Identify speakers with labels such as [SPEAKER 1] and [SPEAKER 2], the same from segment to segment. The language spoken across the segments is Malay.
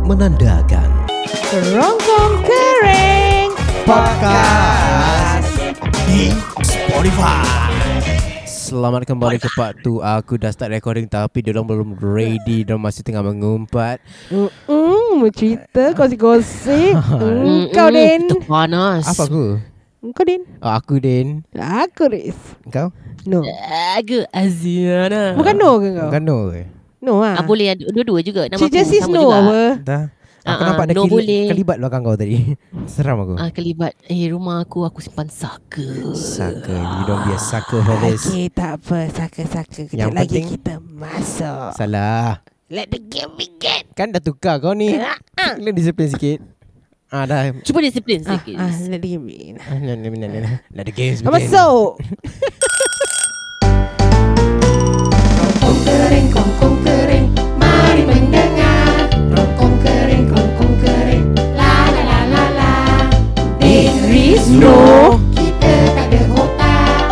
[SPEAKER 1] menandakan
[SPEAKER 2] Rongkong Kering
[SPEAKER 1] podcast di Spotify. Selamat kembali ke part tu. Aku dah start recording tapi dia orang belum ready. Dia orang masih tengah mengumpat.
[SPEAKER 2] Mm-mm, Cerita gosip-gosip Mm, Kau Din
[SPEAKER 3] Panas
[SPEAKER 1] Apa aku?
[SPEAKER 2] Kau Din
[SPEAKER 1] Oh, aku Din.
[SPEAKER 2] Aku Riz
[SPEAKER 1] Kau?
[SPEAKER 2] No
[SPEAKER 3] Aku Aziana
[SPEAKER 2] Bukan no ke kau?
[SPEAKER 1] Bukan no ke?
[SPEAKER 2] No ha.
[SPEAKER 3] ah, Boleh ada dua-dua juga Nama
[SPEAKER 2] Cik
[SPEAKER 3] aku
[SPEAKER 2] Jessie
[SPEAKER 3] sama
[SPEAKER 2] no
[SPEAKER 3] juga
[SPEAKER 2] apa
[SPEAKER 1] Dah. Aku
[SPEAKER 3] Ah, ah,
[SPEAKER 1] nampak ada
[SPEAKER 3] no
[SPEAKER 1] kili-
[SPEAKER 3] boleh.
[SPEAKER 1] kelibat belakang kau tadi. Seram aku.
[SPEAKER 3] Ah, Kelibat Eh rumah aku Aku simpan saka
[SPEAKER 1] Saka. You don't be a sucker for this.
[SPEAKER 2] Okay tak apa Saka-saka Kejap
[SPEAKER 1] Yang
[SPEAKER 2] lagi
[SPEAKER 1] penting-
[SPEAKER 2] kita masuk
[SPEAKER 1] Salah.
[SPEAKER 3] Let the game begin Ah,
[SPEAKER 1] Kan dah tukar kau ni. Kena disiplin sikit. Ah dah.
[SPEAKER 3] Cuba disiplin
[SPEAKER 2] Ah,
[SPEAKER 3] sikit
[SPEAKER 2] ah, let him in.
[SPEAKER 1] Ah, nah, nah, nah, nah. Dah ada games
[SPEAKER 2] Masuk
[SPEAKER 1] No.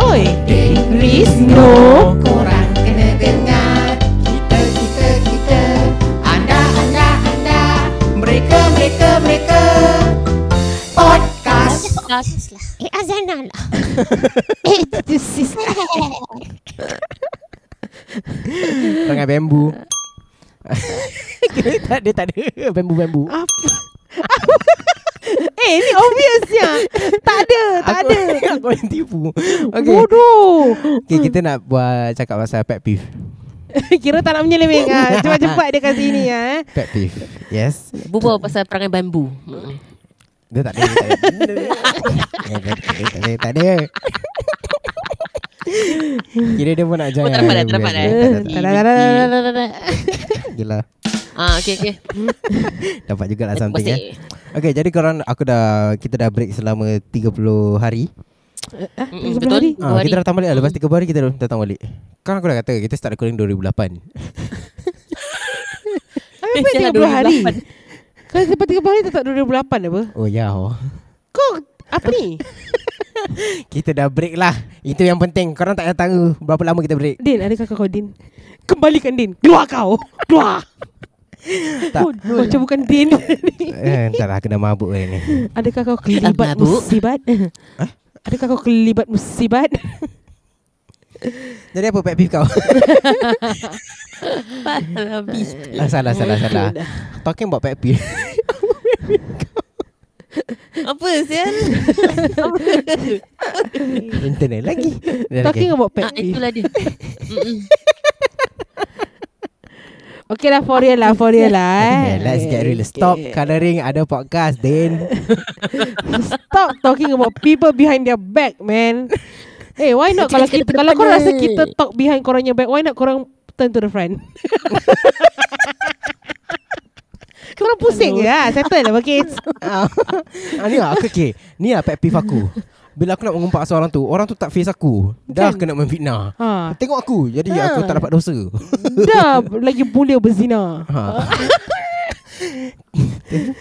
[SPEAKER 2] Oi Riz no
[SPEAKER 4] Korang kena dengar Kita, kita, kita Anda, anda, anda Mereka, mereka, mereka Podcast
[SPEAKER 3] Podcast lah
[SPEAKER 4] Eh Azana lah
[SPEAKER 2] Eh this is
[SPEAKER 1] Perangai bambu. dia tak dia tak ada bambu-bambu.
[SPEAKER 2] Apa Eh ni obvious ya Tak ada
[SPEAKER 1] aku,
[SPEAKER 2] Tak ada
[SPEAKER 1] aku yang tipu. Okay.
[SPEAKER 2] Bodoh
[SPEAKER 1] okay, kita nak buat cakap pasal pet peeve.
[SPEAKER 2] Kira tak nak menyeliming ah. Cepat-cepat dia kat sini ah. eh.
[SPEAKER 1] Pet peeve. Yes.
[SPEAKER 3] Bubar pasal perangai bambu
[SPEAKER 1] Eh,
[SPEAKER 3] Mm.
[SPEAKER 1] Dia tak ada. dia tak ada. Dia tak ada, tak ada, tak ada. Kira dia pun nak jangan.
[SPEAKER 3] Oh, tak dapat dah Tak dapat
[SPEAKER 2] Eh,
[SPEAKER 1] Tak,
[SPEAKER 3] dah
[SPEAKER 1] tak, tak.
[SPEAKER 2] dah, dah, dah,
[SPEAKER 1] eh,
[SPEAKER 2] dah, dah,
[SPEAKER 1] Gila.
[SPEAKER 3] Ah, okay, okay.
[SPEAKER 1] Dapat juga lah something eh.
[SPEAKER 3] Masih.
[SPEAKER 1] Okay, jadi korang aku dah kita dah break selama 30 hari.
[SPEAKER 2] 30 Eh, hari.
[SPEAKER 3] Mm-mm, Betul
[SPEAKER 1] Ah,
[SPEAKER 3] Dua hari. Hmm.
[SPEAKER 1] kita datang balik lah Lepas 3 hari kita datang balik Kan aku dah kata Kita start recording 2008
[SPEAKER 2] Apa
[SPEAKER 3] Sialah,
[SPEAKER 2] 30 hari?
[SPEAKER 3] 2008.
[SPEAKER 2] Kalau sampai 30 hari tetap 2008 apa?
[SPEAKER 1] Oh ya oh.
[SPEAKER 2] Kau apa ni?
[SPEAKER 1] Kita dah break lah Itu yang penting Korang tak payah tahu Berapa lama kita break
[SPEAKER 2] Din, ada kakak kau Din. Kembalikan Din. Keluar kau. Keluar.
[SPEAKER 1] Tak.
[SPEAKER 2] Oh, macam bukan Din.
[SPEAKER 1] eh, Entah lah kena mabuk hari ni
[SPEAKER 2] Adakah kau kelibat
[SPEAKER 3] mabuk.
[SPEAKER 2] musibat? Adakah kau kelibat musibat?
[SPEAKER 1] Jadi apa pet peeve kau?
[SPEAKER 2] lah,
[SPEAKER 3] Habis.
[SPEAKER 1] ah, salah salah salah Talking about pet peeve
[SPEAKER 3] Apa sial?
[SPEAKER 1] Internet lagi Dan
[SPEAKER 2] Talking about
[SPEAKER 3] Ah,
[SPEAKER 2] pet peeve.
[SPEAKER 3] itulah dia.
[SPEAKER 2] Okay lah, for real lah, for real lah. eh.
[SPEAKER 1] Yeah, let's get real Stop
[SPEAKER 2] Okay.
[SPEAKER 1] colouring Ada podcast Then
[SPEAKER 2] Stop talking about people behind their back, man. Eh, hey, why not kalau
[SPEAKER 3] Cakap
[SPEAKER 2] kita
[SPEAKER 3] depan
[SPEAKER 2] kalau kau
[SPEAKER 3] dia.
[SPEAKER 2] rasa kita talk behind korangnya back, why not korang turn to the front? korang pusing ke lah Settle lah okay
[SPEAKER 1] ah, Ni lah aku okay Ni lah pet peeve aku Bila aku nak mengumpat asal orang tu Orang tu tak face aku Dah
[SPEAKER 2] Kan?
[SPEAKER 1] kena memfitnah
[SPEAKER 2] ha.
[SPEAKER 1] Tengok aku Jadi
[SPEAKER 2] Ha.
[SPEAKER 1] aku tak dapat dosa
[SPEAKER 2] Dah lagi boleh berzina
[SPEAKER 1] Ha.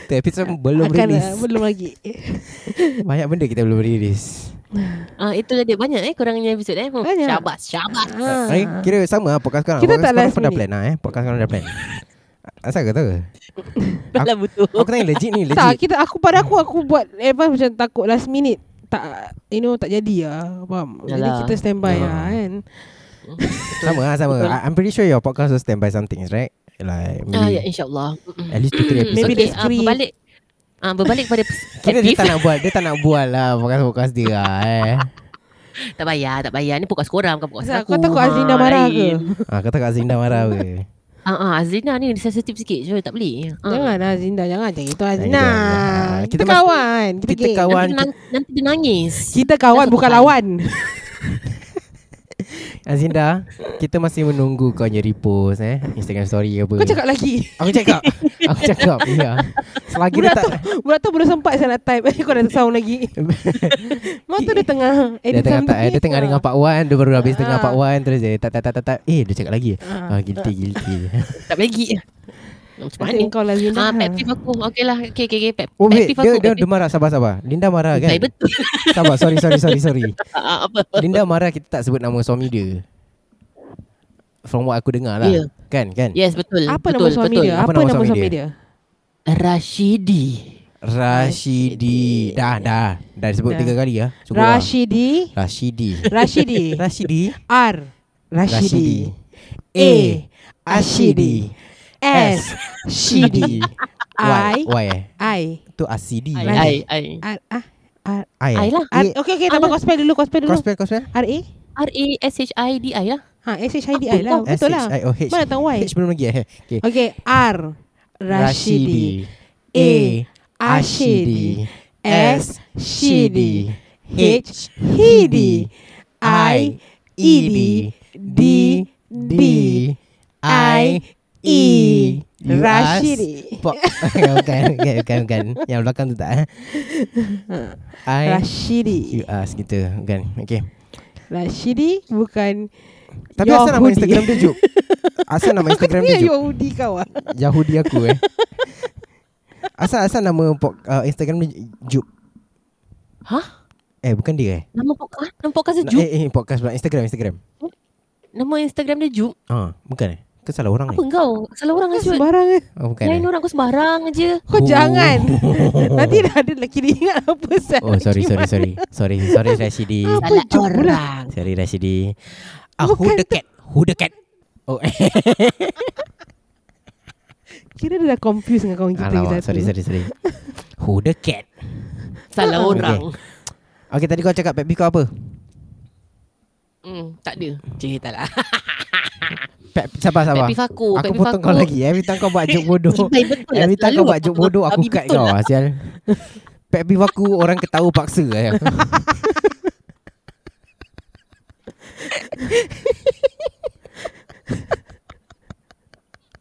[SPEAKER 1] Tapi saya belum
[SPEAKER 2] Akan,
[SPEAKER 1] rilis
[SPEAKER 2] ah, Belum lagi
[SPEAKER 1] Banyak benda kita belum rilis
[SPEAKER 3] Ah, itulah dia. Banyak eh korangnya episod eh. Hmm,
[SPEAKER 2] Banyak.
[SPEAKER 3] Syabas, syabas.
[SPEAKER 2] ha.
[SPEAKER 1] Eh, Kira sama lah podcast sekarang
[SPEAKER 2] Kita
[SPEAKER 1] Podcast
[SPEAKER 2] tak
[SPEAKER 1] sekarang
[SPEAKER 2] last
[SPEAKER 1] pun dah
[SPEAKER 2] minute.
[SPEAKER 1] plan lah eh Podcast sekarang dah plan Asal kau tahu
[SPEAKER 3] Dalam lah betul.
[SPEAKER 1] Aku tanya legit ni
[SPEAKER 2] Tak
[SPEAKER 1] legit
[SPEAKER 2] kita Aku pada aku Aku buat advance macam takut last minute Tak You know tak jadi lah Faham Jadi
[SPEAKER 3] Yalah.
[SPEAKER 2] kita standby
[SPEAKER 1] Ya.
[SPEAKER 2] lah kan
[SPEAKER 1] Sama lah sama I- I'm pretty sure your podcast will stand by something right Like
[SPEAKER 3] Ah, ya,
[SPEAKER 1] maybe
[SPEAKER 3] insyaAllah. Mm-mm.
[SPEAKER 1] At least 2-3 episode
[SPEAKER 2] Mm, Maybe
[SPEAKER 3] Maybe okay,
[SPEAKER 2] there's
[SPEAKER 3] uh,
[SPEAKER 2] three.
[SPEAKER 3] berbalik Ah uh, berbalik pada
[SPEAKER 1] Kira dia tak
[SPEAKER 3] tak,
[SPEAKER 1] nak buat Dia tak nak buat lah Podcast-podcast dia lah eh
[SPEAKER 3] tak payah, tak payah. Ni podcast korang bukan podcast
[SPEAKER 2] Asal
[SPEAKER 3] aku.
[SPEAKER 2] Kau takut Azlina marah ke
[SPEAKER 1] ha, Kata Kak Zinda marah ke
[SPEAKER 3] Ah ah Azlina ni sensitif sikit. Cuba tak boleh. Ah.
[SPEAKER 2] Jangan Azinda Jangan macam itu Azina
[SPEAKER 1] Jangan, jangan.
[SPEAKER 2] Kita,
[SPEAKER 1] Kita mas-
[SPEAKER 2] kawan Kita,
[SPEAKER 1] kita
[SPEAKER 2] kita
[SPEAKER 1] kawan.
[SPEAKER 2] kawan
[SPEAKER 3] Nanti, dia nang, nanti dia nangis.
[SPEAKER 2] Kita kawan
[SPEAKER 3] Kita
[SPEAKER 2] bukan
[SPEAKER 3] kawan.
[SPEAKER 2] lawan
[SPEAKER 1] Azinda Kita masih menunggu kau punya repost eh Instagram story ke apa
[SPEAKER 2] Kau cakap lagi
[SPEAKER 1] Aku cakap Aku cakap Ya Selagi dia
[SPEAKER 2] Budak
[SPEAKER 1] tak
[SPEAKER 2] tu Budak tu belum sempat saya nak type Kau dah sound lagi Mak tu Eh, dia lah. tengah
[SPEAKER 1] Dia
[SPEAKER 2] edit
[SPEAKER 1] tengah tak,
[SPEAKER 2] something.
[SPEAKER 1] dia tengah dengan Pak Wan Dia baru habis tengah
[SPEAKER 2] Ah.
[SPEAKER 1] Pak Wan Terus dia tak tak tak tak, tak. Eh dia cakap lagi
[SPEAKER 2] Ah.
[SPEAKER 1] ah, Guilty guilty
[SPEAKER 3] Tak lagi. Macam
[SPEAKER 2] Nanti
[SPEAKER 3] mana?
[SPEAKER 2] Kau lah Zina
[SPEAKER 3] Ah, pet peeve aku. Okey lah. Okey, okey, okey. Pet,
[SPEAKER 1] Oh
[SPEAKER 3] pet
[SPEAKER 1] wait dia,
[SPEAKER 3] peeve aku.
[SPEAKER 1] dia,
[SPEAKER 3] pet
[SPEAKER 1] dia
[SPEAKER 3] peeve.
[SPEAKER 1] marah sabar-sabar Linda marah kan
[SPEAKER 3] Baik, betul.
[SPEAKER 1] Sabar sorry sorry sorry sorry
[SPEAKER 3] Ah, ah, apa?
[SPEAKER 1] Linda marah kita tak sebut nama suami dia From what aku dengar lah
[SPEAKER 3] Ya.
[SPEAKER 1] Kan kan
[SPEAKER 3] Yes, betul.
[SPEAKER 2] Apa
[SPEAKER 3] betul,
[SPEAKER 2] nama suami
[SPEAKER 3] betul.
[SPEAKER 2] dia Apa nama suami dia
[SPEAKER 3] Rashidi.
[SPEAKER 1] Rashidi. Dah dah. Dah disebut
[SPEAKER 2] Dah.
[SPEAKER 1] tiga kali ya. Cukup lah.
[SPEAKER 2] Rashidi
[SPEAKER 1] Rashidi.
[SPEAKER 2] Rashidi
[SPEAKER 1] Rashidi.
[SPEAKER 2] R
[SPEAKER 1] Rashidi.
[SPEAKER 2] Rashidi A Ashidi S Shidi
[SPEAKER 1] Y.
[SPEAKER 2] I
[SPEAKER 1] Y eh.
[SPEAKER 2] I
[SPEAKER 1] Tu Asidi.
[SPEAKER 3] Ai,
[SPEAKER 2] Ai.
[SPEAKER 3] ai, ai.
[SPEAKER 2] R ah R
[SPEAKER 1] I.
[SPEAKER 3] Ai
[SPEAKER 1] eh?
[SPEAKER 3] lah.
[SPEAKER 2] R Okay okay tambah kau spell dulu Kau spell dulu
[SPEAKER 1] Kau spell, kau spell.
[SPEAKER 2] R A
[SPEAKER 3] R-A-S-H-I-D-I lah.
[SPEAKER 2] Ha S-H-I-D-I lah
[SPEAKER 1] S
[SPEAKER 2] Betul
[SPEAKER 1] H
[SPEAKER 2] lah
[SPEAKER 1] I O H.
[SPEAKER 2] Mana tahu Y
[SPEAKER 1] H belum lagi eh. Okay.
[SPEAKER 2] Okay R Rashidi A Ashidi S Shidi H Hidi I Ed D D I E
[SPEAKER 1] U, S.
[SPEAKER 2] Rashidi
[SPEAKER 1] Pok. bukan, bukan, bukan, bukan. Yang belakang tu tak. eh? I
[SPEAKER 2] Rashidi
[SPEAKER 1] You ask kita Bukan Okay
[SPEAKER 2] Rashidi bukan
[SPEAKER 1] Tapi asal nama
[SPEAKER 2] Yahudi.
[SPEAKER 1] Instagram dia Juk Asal nama Instagram dia
[SPEAKER 2] Ni
[SPEAKER 1] Juk
[SPEAKER 2] Yahudi kau ah.
[SPEAKER 1] Yahudi aku eh Asal asal nama pok, uh, Instagram dia Juk
[SPEAKER 3] Hah?
[SPEAKER 1] Eh bukan dia eh
[SPEAKER 3] Nama podcast, nama podcast dia
[SPEAKER 1] Na-
[SPEAKER 3] Jup.
[SPEAKER 1] Eh, eh podcast pula Instagram Instagram
[SPEAKER 3] Nama Instagram dia Jup.
[SPEAKER 1] Ha bukan eh Kau salah orang
[SPEAKER 3] Apa
[SPEAKER 1] ni
[SPEAKER 3] kau? Salah orang lah, aja.
[SPEAKER 2] Sembarang eh.
[SPEAKER 1] Oh bukan eh
[SPEAKER 3] Lain orang kau sembarang aje.
[SPEAKER 1] Oh.
[SPEAKER 2] Kau jangan. Nanti dah ada lelaki dia ingat apa sah.
[SPEAKER 1] Oh sorry sorry sorry Sorry sorry Rashidi
[SPEAKER 2] Apa Jup pula?
[SPEAKER 1] Sorry Rashidi Ah who
[SPEAKER 2] Bukan
[SPEAKER 1] the cat Who the cat Oh eh
[SPEAKER 2] Kira dia dah confuse dengan kawan kita.
[SPEAKER 1] Alamak
[SPEAKER 2] kita
[SPEAKER 1] sorry sorry sorry Who the cat
[SPEAKER 3] Salah orang.
[SPEAKER 1] Okay tadi kau cakap pet peeve kau apa
[SPEAKER 3] Hmm, tak ada. Cik, tak lah.
[SPEAKER 1] Pet, sabar sabar.
[SPEAKER 3] Pet peeve aku,
[SPEAKER 1] Aku
[SPEAKER 3] pet peeve
[SPEAKER 1] potong kau
[SPEAKER 3] aku.
[SPEAKER 1] lagi. Every time kau buat joke bodoh.
[SPEAKER 3] Baik betul lah.
[SPEAKER 1] Every time kau
[SPEAKER 3] Selalu
[SPEAKER 1] buat joke bodoh aku
[SPEAKER 3] babi
[SPEAKER 1] cut
[SPEAKER 3] betul
[SPEAKER 1] kau
[SPEAKER 3] lah.
[SPEAKER 1] lah. sial. Pet peeve aku orang ketawa paksa lah.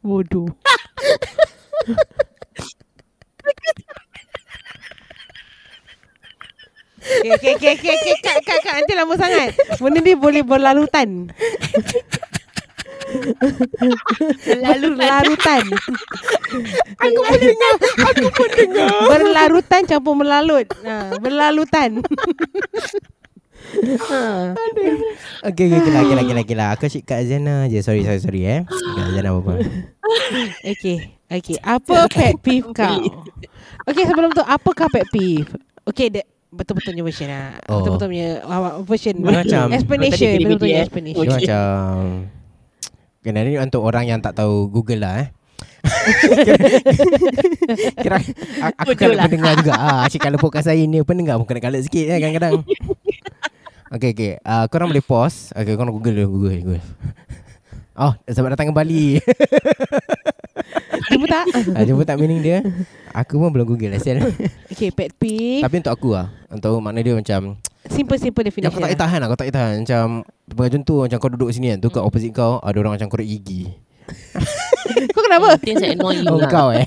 [SPEAKER 2] Bodoh. Okay, okay, okay, okay, okay. Kak, kak, kak. Nanti lama sangat. Benda ni boleh berlarutan. Lalu larutan. Aku pun dengar. Aku pun dengar. Berlarutan campur melalut. Ha, berlarutan. ha.
[SPEAKER 1] Okay, okay, okay, lah, okay, lah, okay, lah, okay, lah. Aku asyik kat Azana je. Sorry, sorry, sorry eh. Kat Azana apa-apa.
[SPEAKER 2] Okay, okay. Apa pet peeve kau? Okay, sebelum tu apakah pet peeve? Okay, the, betul-betulnya version lah.
[SPEAKER 1] Oh.
[SPEAKER 2] Betul-betul punya awak version.
[SPEAKER 1] Dia macam-
[SPEAKER 2] explanation,
[SPEAKER 3] tadi gini-gini
[SPEAKER 2] betul-betul
[SPEAKER 3] eh.
[SPEAKER 2] explanation.
[SPEAKER 1] Dia
[SPEAKER 3] Okay.
[SPEAKER 1] macam... Kena ni untuk orang yang tak tahu Google lah eh. Kira, a- aku
[SPEAKER 3] Bodoh
[SPEAKER 1] kalau
[SPEAKER 3] lah.
[SPEAKER 1] pendengar juga ah, Asyik kalau podcast saya ni Pendengar pun kena-kala sikit eh, kadang-kadang Okay okay uh, Korang boleh pause Okay korang google dulu Google, google. Oh selamat datang kembali
[SPEAKER 2] Jumpa tak?
[SPEAKER 1] ah, Jumpa tak meaning dia Aku pun belum google lah sial.
[SPEAKER 2] Okay, pet peeve.
[SPEAKER 1] Tapi untuk aku lah Untuk aku, makna dia macam
[SPEAKER 2] Simple-simple
[SPEAKER 1] Yang
[SPEAKER 2] definition.
[SPEAKER 1] kau tak boleh
[SPEAKER 2] lah.
[SPEAKER 1] tahan lah Kau tak boleh tahan Macam Pengajuan tu Macam kau duduk sini kan
[SPEAKER 2] Hmm.
[SPEAKER 1] Tu kat opposite kau Ada orang macam korek gigi
[SPEAKER 2] Kau kenapa?
[SPEAKER 3] Itu yang saya annoy you
[SPEAKER 1] Oh
[SPEAKER 3] lah.
[SPEAKER 1] kau eh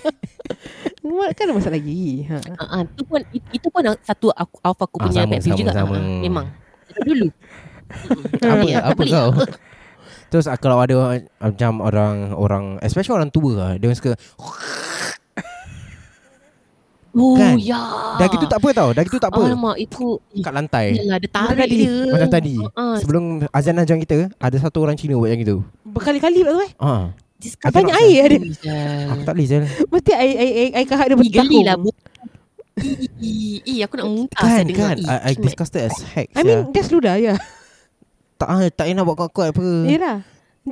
[SPEAKER 2] Kan ada masalah gigi. Ha.
[SPEAKER 3] Ah, ah, itu pun it- itu pun satu aku of aku
[SPEAKER 1] Ah,
[SPEAKER 3] punya
[SPEAKER 1] sama,
[SPEAKER 3] pet peeve
[SPEAKER 1] sama,
[SPEAKER 3] juga.
[SPEAKER 1] sama.
[SPEAKER 3] Ah, memang. Dari Dulu.
[SPEAKER 1] Apa,
[SPEAKER 3] Ya, tak
[SPEAKER 1] apa
[SPEAKER 3] boleh.
[SPEAKER 1] kau Terus ah, kalau ada orang- Macam orang Orang Especially orang tua lah Dia orang suka
[SPEAKER 3] Oh
[SPEAKER 1] Kan?
[SPEAKER 3] ya.
[SPEAKER 1] Dah gitu
[SPEAKER 2] Ah.
[SPEAKER 1] tak apa tau Dah gitu tak apa
[SPEAKER 3] Alamak itu
[SPEAKER 1] Kat lantai Eh,
[SPEAKER 3] Yalah dia tarik dia
[SPEAKER 1] Macam tadi
[SPEAKER 2] Oh,
[SPEAKER 3] Ah,
[SPEAKER 1] Sebelum azan ajan kita Ada satu orang Cina buat macam gitu
[SPEAKER 2] Berkali-kali pula tu eh.
[SPEAKER 1] Ah,
[SPEAKER 3] disgusting.
[SPEAKER 2] Banyak air ada. Hmm.
[SPEAKER 1] Aku tak boleh Zal
[SPEAKER 2] Mesti air, air, air, air kahak dia
[SPEAKER 3] Ih, geli
[SPEAKER 2] bertakung.
[SPEAKER 3] lah bu- Ih, ih, aku nak
[SPEAKER 2] Hmm,
[SPEAKER 3] muntah saya
[SPEAKER 1] Kan
[SPEAKER 3] dengar.
[SPEAKER 1] kan
[SPEAKER 3] Ih,
[SPEAKER 1] I, I
[SPEAKER 3] kimak.
[SPEAKER 1] disgusted as heck
[SPEAKER 2] eh. I
[SPEAKER 1] sia.
[SPEAKER 2] mean, just ludah ya. je.
[SPEAKER 1] Tak ah, tak payah nak buat kot-kot apa
[SPEAKER 3] Hmm.
[SPEAKER 2] Ya lah.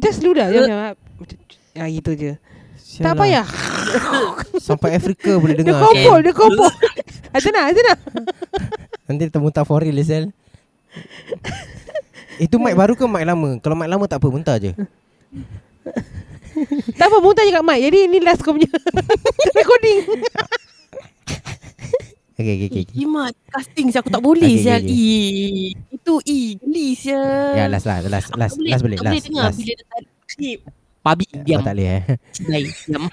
[SPEAKER 2] Just ludah je. Macam, macam, ya, gitu je.
[SPEAKER 3] lah.
[SPEAKER 2] Tak payah.
[SPEAKER 1] lah. Sampai Afrika boleh
[SPEAKER 2] Dia
[SPEAKER 1] dengar
[SPEAKER 2] kompol, dia kompol. Azana, Azana.
[SPEAKER 1] Nanti kita muntah for real Sel Itu mic baru ke mic lama? Kalau mic lama tak apa muntah je
[SPEAKER 2] Tak apa, muntah je kat mic. Jadi ni last kau punya recording.
[SPEAKER 1] Okay okay okay
[SPEAKER 3] Kimak Disgusting sial Aku tak boleh
[SPEAKER 1] Okay,
[SPEAKER 3] sial
[SPEAKER 1] okay,
[SPEAKER 3] Ih, E. Itu Ih Geli sial
[SPEAKER 1] Ya last lah last last
[SPEAKER 3] Tak
[SPEAKER 1] last boleh
[SPEAKER 3] tak
[SPEAKER 1] last
[SPEAKER 3] dengar
[SPEAKER 1] last.
[SPEAKER 3] Bila dia tarik klip Babi diam
[SPEAKER 1] Oh, tak boleh eh.
[SPEAKER 3] Cidai Diam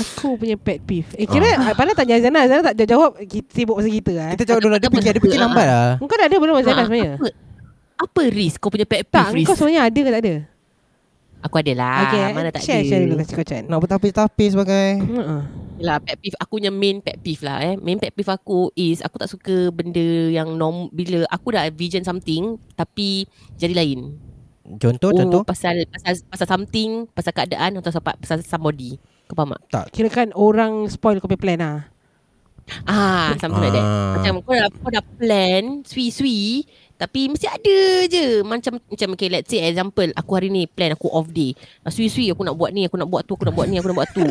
[SPEAKER 2] Aku punya pet peeve Eh kira ah. Pandai tanya Azana Azana tak jawab Kita sibuk pasal kita eh.
[SPEAKER 1] Kita jawab dulu dia fikir dia fikir lambat lah.
[SPEAKER 2] Kau dah ada belum Azana
[SPEAKER 3] Ah,
[SPEAKER 2] sebenarnya
[SPEAKER 3] apa- Apa risk Kau punya pet
[SPEAKER 2] Tak
[SPEAKER 3] peeve risk
[SPEAKER 2] kau sebenarnya ada ke tak ada
[SPEAKER 3] Aku ada lah okay, Mana tak
[SPEAKER 2] share,
[SPEAKER 3] ada
[SPEAKER 2] Share dulu kasih kau Chan
[SPEAKER 1] Nak bertapis-tapis bagai.
[SPEAKER 2] uh-uh.
[SPEAKER 3] Yelah pet peeve Aku punya main pet peeve lah eh Main pet peeve aku is Aku tak suka benda yang norm Bila aku dah vision something Tapi Jadi lain
[SPEAKER 1] Contoh
[SPEAKER 3] oh,
[SPEAKER 1] contoh.
[SPEAKER 3] pasal, pasal pasal something Pasal keadaan Atau pasal, pasal somebody Kau faham tak?
[SPEAKER 2] Kirakan orang spoil kau punya plan lah.
[SPEAKER 3] Ah, something like that.
[SPEAKER 1] Ah.
[SPEAKER 3] Macam kau dah, kau dah plan, sui-sui, tapi mesti ada je. Macam macam okay, let's say example, aku hari ni plan aku off day. Ah, Sui-sui aku nak buat ni, aku nak buat tu, aku nak buat ni, aku nak buat tu.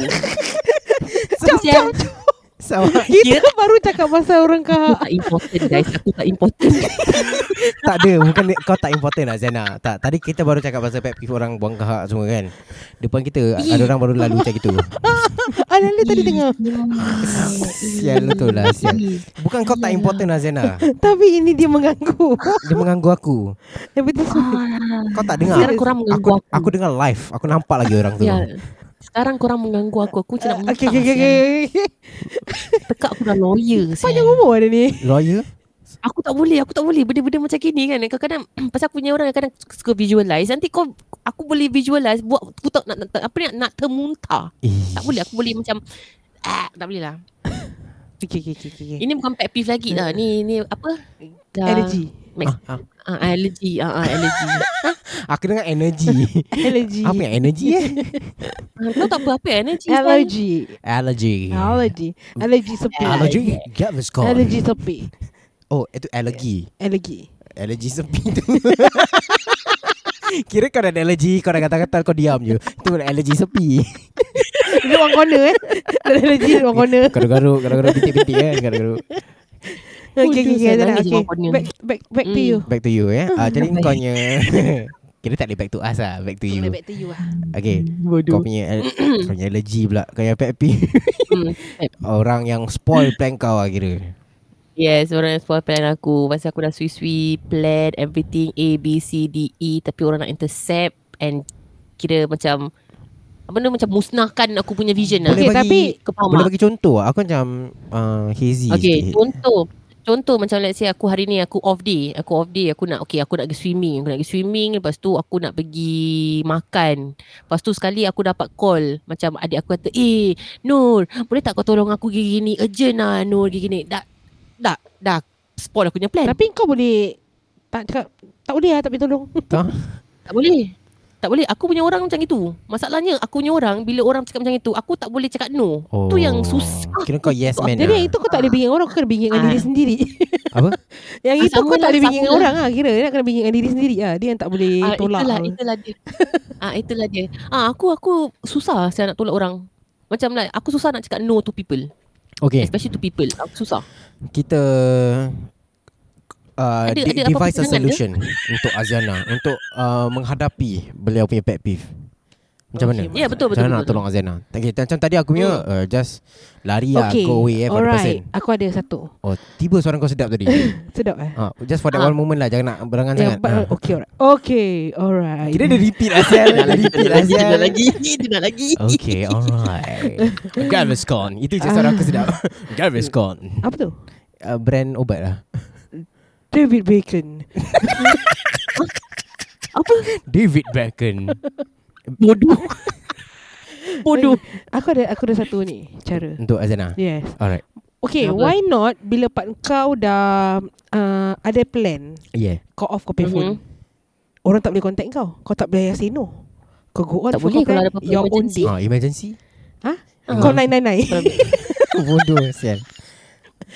[SPEAKER 2] Jom, jom.
[SPEAKER 1] Sama
[SPEAKER 2] Kita baru cakap pasal orang
[SPEAKER 3] Aku
[SPEAKER 2] kau.
[SPEAKER 3] tak important guys, aku tak important.
[SPEAKER 1] tak ada Bukan kau tak important lah Zaina Tak Tadi kita baru cakap pasal pet peeve Orang buang kahak semua kan Depan kita Ada orang baru lalu macam gitu
[SPEAKER 2] Ah, Lali tadi tengah.
[SPEAKER 1] Sial betul lah sial. Bukan kau tak important lah Zaina
[SPEAKER 2] Tapi ini dia mengganggu.
[SPEAKER 1] Dia mengganggu aku
[SPEAKER 2] Yang betul semua.
[SPEAKER 1] Kau tak dengar
[SPEAKER 3] Sekarang korang mengganggu
[SPEAKER 1] Aku
[SPEAKER 3] aku.
[SPEAKER 1] aku dengar live Aku nampak lagi orang tu
[SPEAKER 3] Ya. Sekarang korang mengganggu aku. Aku macam nak muntah.
[SPEAKER 2] Ah, Okay, okay, okay,
[SPEAKER 3] sial.
[SPEAKER 2] okay.
[SPEAKER 3] Tekak aku dah lawyer. sial.
[SPEAKER 2] Panjang umur ada ni.
[SPEAKER 1] Lawyer
[SPEAKER 3] Aku tak boleh, aku tak boleh benda-benda macam gini kan. Kadang-kadang pasal aku punya orang kadang suka, suka visualize. Nanti kau aku boleh visualize buat aku tak nak, nak apa ni nak termuntah.
[SPEAKER 1] Eh,
[SPEAKER 3] Tak boleh aku boleh macam ah, tak boleh lah.
[SPEAKER 2] Okay, okay, okay, okay.
[SPEAKER 1] Eh.
[SPEAKER 3] Ini bukan pet peeve lagi lah. Ni ni apa? Dah,
[SPEAKER 2] Energy.
[SPEAKER 3] Max.
[SPEAKER 1] ah, ah.
[SPEAKER 3] Ah, allergy. Ah, ah, allergy.
[SPEAKER 1] Aku dengar energy
[SPEAKER 2] Allergy.
[SPEAKER 1] Apa yang energy eh
[SPEAKER 3] Ah, Kau tak apa apa allergy. kan? sial?
[SPEAKER 2] Allergy.
[SPEAKER 1] Allergy
[SPEAKER 2] Allergy. Allergy sepi.
[SPEAKER 1] Allergy Get this call
[SPEAKER 2] Allergy sepi.
[SPEAKER 1] Oh itu allergy
[SPEAKER 2] Allergy.
[SPEAKER 1] Allergy sepi tu Kira kau dah ada allergy Kau dah kata-kata Kau diam je Itu allergy sepi
[SPEAKER 2] Duduk one corner eh. Ada allergy duduk one corner.
[SPEAKER 1] Garuk-garuk Garuk-garuk bintik-bintik kan Garuk-garuk
[SPEAKER 2] Okay,
[SPEAKER 3] Aduh,
[SPEAKER 2] okay, okay.
[SPEAKER 3] saya
[SPEAKER 2] Zara,
[SPEAKER 3] nangis
[SPEAKER 2] okay.
[SPEAKER 3] one corner.
[SPEAKER 2] lah, Back, back, back to
[SPEAKER 3] Hmm.
[SPEAKER 2] you.
[SPEAKER 1] Back to you eh uh, Jadi kau punya Kira tak boleh back to us lah Back to you
[SPEAKER 2] Back to you lah.
[SPEAKER 1] Okay Kau
[SPEAKER 3] Bodoh.
[SPEAKER 1] punya al- Kau punya allergy pula Kau punya pet peeve
[SPEAKER 3] Hmm.
[SPEAKER 1] Orang yang spoil plan kau lah kira
[SPEAKER 3] Yes, orang yang spoil plan aku Pasal aku dah sui-sui Plan everything A, B, C, D, E Tapi orang nak intercept And kira macam Apa benda macam musnahkan aku punya vision lah
[SPEAKER 1] Boleh
[SPEAKER 2] Okay,
[SPEAKER 1] bagi
[SPEAKER 2] tapi-
[SPEAKER 3] Kau faham
[SPEAKER 1] Boleh
[SPEAKER 3] tak?
[SPEAKER 1] bagi contoh lah. Aku macam uh, Hazy
[SPEAKER 3] Okay,
[SPEAKER 1] sikit
[SPEAKER 3] contoh Contoh macam let's say aku hari ni aku off day Aku off day aku nak okay aku nak pergi swimming Aku nak pergi swimming lepas tu aku nak pergi makan Lepas tu sekali aku dapat call Macam adik aku kata Eh Nur boleh tak kau tolong aku gini-gini Urgent lah Nur gini-gini Dah Dah Dah spoil aku punya plan
[SPEAKER 2] Tapi kau boleh tak cakap tak boleh lah tak boleh
[SPEAKER 1] Kan,
[SPEAKER 2] tolong.
[SPEAKER 3] Tak boleh. Tak boleh. Aku punya orang macam itu. Masalahnya aku punya orang bila orang cakap macam itu, aku tak boleh cakap no. Oh. Tu yang susah.
[SPEAKER 1] Kira kau yes man
[SPEAKER 2] Jadi
[SPEAKER 1] lah.
[SPEAKER 2] yang itu kau tak boleh bingit orang Kau kena bingit dengan
[SPEAKER 3] Ah.
[SPEAKER 2] diri sendiri
[SPEAKER 1] Apa?
[SPEAKER 2] Yang
[SPEAKER 3] Ah,
[SPEAKER 2] itu kau
[SPEAKER 3] sama
[SPEAKER 2] tak
[SPEAKER 3] lah,
[SPEAKER 2] boleh bingit
[SPEAKER 3] sama
[SPEAKER 2] dengan
[SPEAKER 3] lah.
[SPEAKER 2] orang lah Kira dia kena bingit dengan diri sendiri lah Dia yang tak boleh
[SPEAKER 3] Ah,
[SPEAKER 2] tolak
[SPEAKER 3] itulah,
[SPEAKER 2] lah.
[SPEAKER 3] itulah dia. ah, itulah dia. Ah, aku aku susah saya nak tolak orang. Macam like, aku susah nak cakap no to people.
[SPEAKER 1] Okay
[SPEAKER 3] Especially to people. Aku susah.
[SPEAKER 1] kita uh,
[SPEAKER 3] Ada-
[SPEAKER 1] de-
[SPEAKER 3] ada
[SPEAKER 1] devise
[SPEAKER 3] apa
[SPEAKER 1] a
[SPEAKER 3] perancangan
[SPEAKER 1] solution untuk Aziana untuk uh, menghadapi beliau punya pet peeve. Macam mana?
[SPEAKER 3] Ya,
[SPEAKER 1] Macam mana
[SPEAKER 3] betul, betul,
[SPEAKER 1] nak
[SPEAKER 3] betul. Hmm.
[SPEAKER 1] tolong Aziana? Tak kira macam tadi aku punya uh, just lari lah
[SPEAKER 2] Okay
[SPEAKER 1] go away eh for the person.
[SPEAKER 2] Alright Aku ada satu
[SPEAKER 1] Oh, tiba suara kau sedap tadi.
[SPEAKER 2] Sedap eh
[SPEAKER 1] ha, just for that
[SPEAKER 3] Ah. oh.
[SPEAKER 1] one moment lah jangan nak berangan sangat.
[SPEAKER 2] Ya, but,
[SPEAKER 1] Ha.
[SPEAKER 2] Okay alright Okay alright
[SPEAKER 1] Kira dia repeat asal, dia repeat lah, asal.
[SPEAKER 3] Dia nak lagi.
[SPEAKER 1] Okay, alright. Gaviscon. Itu je suara aku sedap. Gaviscon.
[SPEAKER 2] Apa tu?
[SPEAKER 1] Uh, brand obat lah.
[SPEAKER 2] David Bacon
[SPEAKER 1] David Beckham.
[SPEAKER 3] Bodoh. Bodoh.
[SPEAKER 2] Aku ada aku ada satu ni Cara
[SPEAKER 1] Untuk Aziana.
[SPEAKER 2] Yes
[SPEAKER 1] Alright.
[SPEAKER 2] Okay
[SPEAKER 3] Apa?
[SPEAKER 2] why not Bila part kau dah uh, Ada plan
[SPEAKER 1] Yeah.
[SPEAKER 2] Kau off kau pay phone
[SPEAKER 3] Mhm.
[SPEAKER 2] Orang tak boleh contact kau Kau tak boleh say no Kau go on
[SPEAKER 3] Tak
[SPEAKER 2] for
[SPEAKER 3] boleh
[SPEAKER 2] kau
[SPEAKER 3] kalau
[SPEAKER 2] plan,
[SPEAKER 3] ada apa-apa
[SPEAKER 2] Your own
[SPEAKER 3] emergency.
[SPEAKER 2] day
[SPEAKER 1] Ah, emergency?
[SPEAKER 2] Ha?
[SPEAKER 3] Ah.
[SPEAKER 2] Kau 999
[SPEAKER 1] Bodoh sial.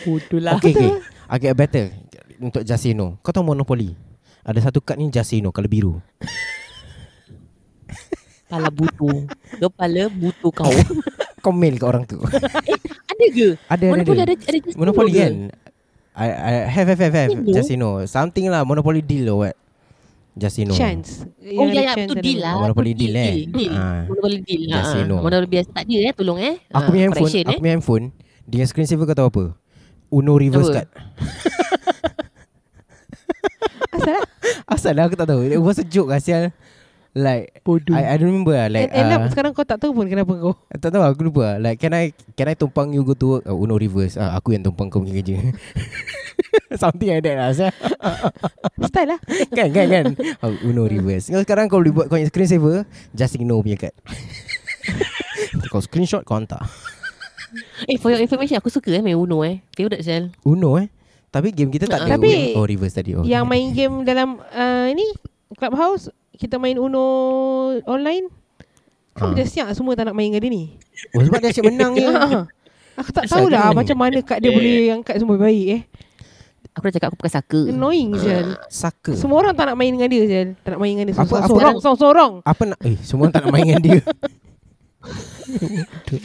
[SPEAKER 3] Bodoh lah.
[SPEAKER 1] Okay, okay. Okay, better. Untuk Jasino. Kau tahu Monopoly? Ada satu kad ni Jasino kalau biru.
[SPEAKER 3] Kepala butuh. Kepala butuh kau.
[SPEAKER 1] Kau mail ke orang tu.
[SPEAKER 3] ada ke?
[SPEAKER 1] ada, ada,
[SPEAKER 3] Monopoly
[SPEAKER 1] ada.
[SPEAKER 3] ada, ada just
[SPEAKER 1] Monopoly
[SPEAKER 3] dua ke?
[SPEAKER 1] kan? I, I, have, have, have, have.
[SPEAKER 3] Jasino?
[SPEAKER 1] Jasino. Something lah. Monopoly deal or what? Jasino.
[SPEAKER 2] Chance
[SPEAKER 3] Oh ya ya
[SPEAKER 2] ada
[SPEAKER 3] betul deal lah.
[SPEAKER 2] chance.
[SPEAKER 1] Monopoly
[SPEAKER 3] Betul
[SPEAKER 1] deal, eh.
[SPEAKER 3] Deal.
[SPEAKER 1] Ah.
[SPEAKER 3] Monopoly deal. Ha.
[SPEAKER 1] Casino.
[SPEAKER 3] Monopoly biasa tak dia eh tolong eh.
[SPEAKER 1] Aku punya
[SPEAKER 3] Ah,
[SPEAKER 1] handphone,
[SPEAKER 3] correction,
[SPEAKER 1] aku punya handphone. Dengan screensaver kau tahu apa? Uno reverse
[SPEAKER 3] Apa?
[SPEAKER 1] card. Asal lah aku tak tahu. It was a joke lah sial. Like
[SPEAKER 2] Bodoh.
[SPEAKER 1] I, I don't remember lah like
[SPEAKER 2] Like, and, and
[SPEAKER 1] ah,
[SPEAKER 2] uh, sekarang kau tak tahu pun kenapa kau.
[SPEAKER 1] Tak tahu aku lupa lah. Like can I Can I tumpang you go to work oh, Uno reverse ah, Aku yang tumpang kau pergi kerja Something like that lah Saya
[SPEAKER 2] Style lah.
[SPEAKER 1] Kan kan kan oh, Uno reverse Kau sekarang kau boleh buat Kau punya screensaver Just ignore punya kad Kau screenshot kau hantar
[SPEAKER 3] Eh for your information aku suka eh main Uno eh. Favorite sel.
[SPEAKER 1] Uno eh Tapi game kita tak ada
[SPEAKER 2] Tapi-
[SPEAKER 1] Uno- Oh reverse tadi oh.
[SPEAKER 2] Yang main game dalam uh, ni Clubhouse kita main Uno online.
[SPEAKER 3] Ah.
[SPEAKER 2] Kau dah siap semua tak nak main dengan dia ni
[SPEAKER 1] Oh, sebab dia asyik menang je.
[SPEAKER 2] Ah. Aku tak
[SPEAKER 1] Asal
[SPEAKER 2] tahulah
[SPEAKER 1] kenapa?
[SPEAKER 2] macam mana kad dia boleh angkat semua baik eh
[SPEAKER 3] Aku dah cakap aku bukan saka.
[SPEAKER 2] Annoying
[SPEAKER 1] Ah.
[SPEAKER 2] Zal
[SPEAKER 1] Saka.
[SPEAKER 2] Semua orang tak nak main dengan dia Zal Tak nak main dengan dia
[SPEAKER 1] Apa- apa
[SPEAKER 2] Sorang-sorang
[SPEAKER 1] dia-
[SPEAKER 2] Sorang-sorang
[SPEAKER 1] Apa nak Eh semua orang tak nak main dengan dia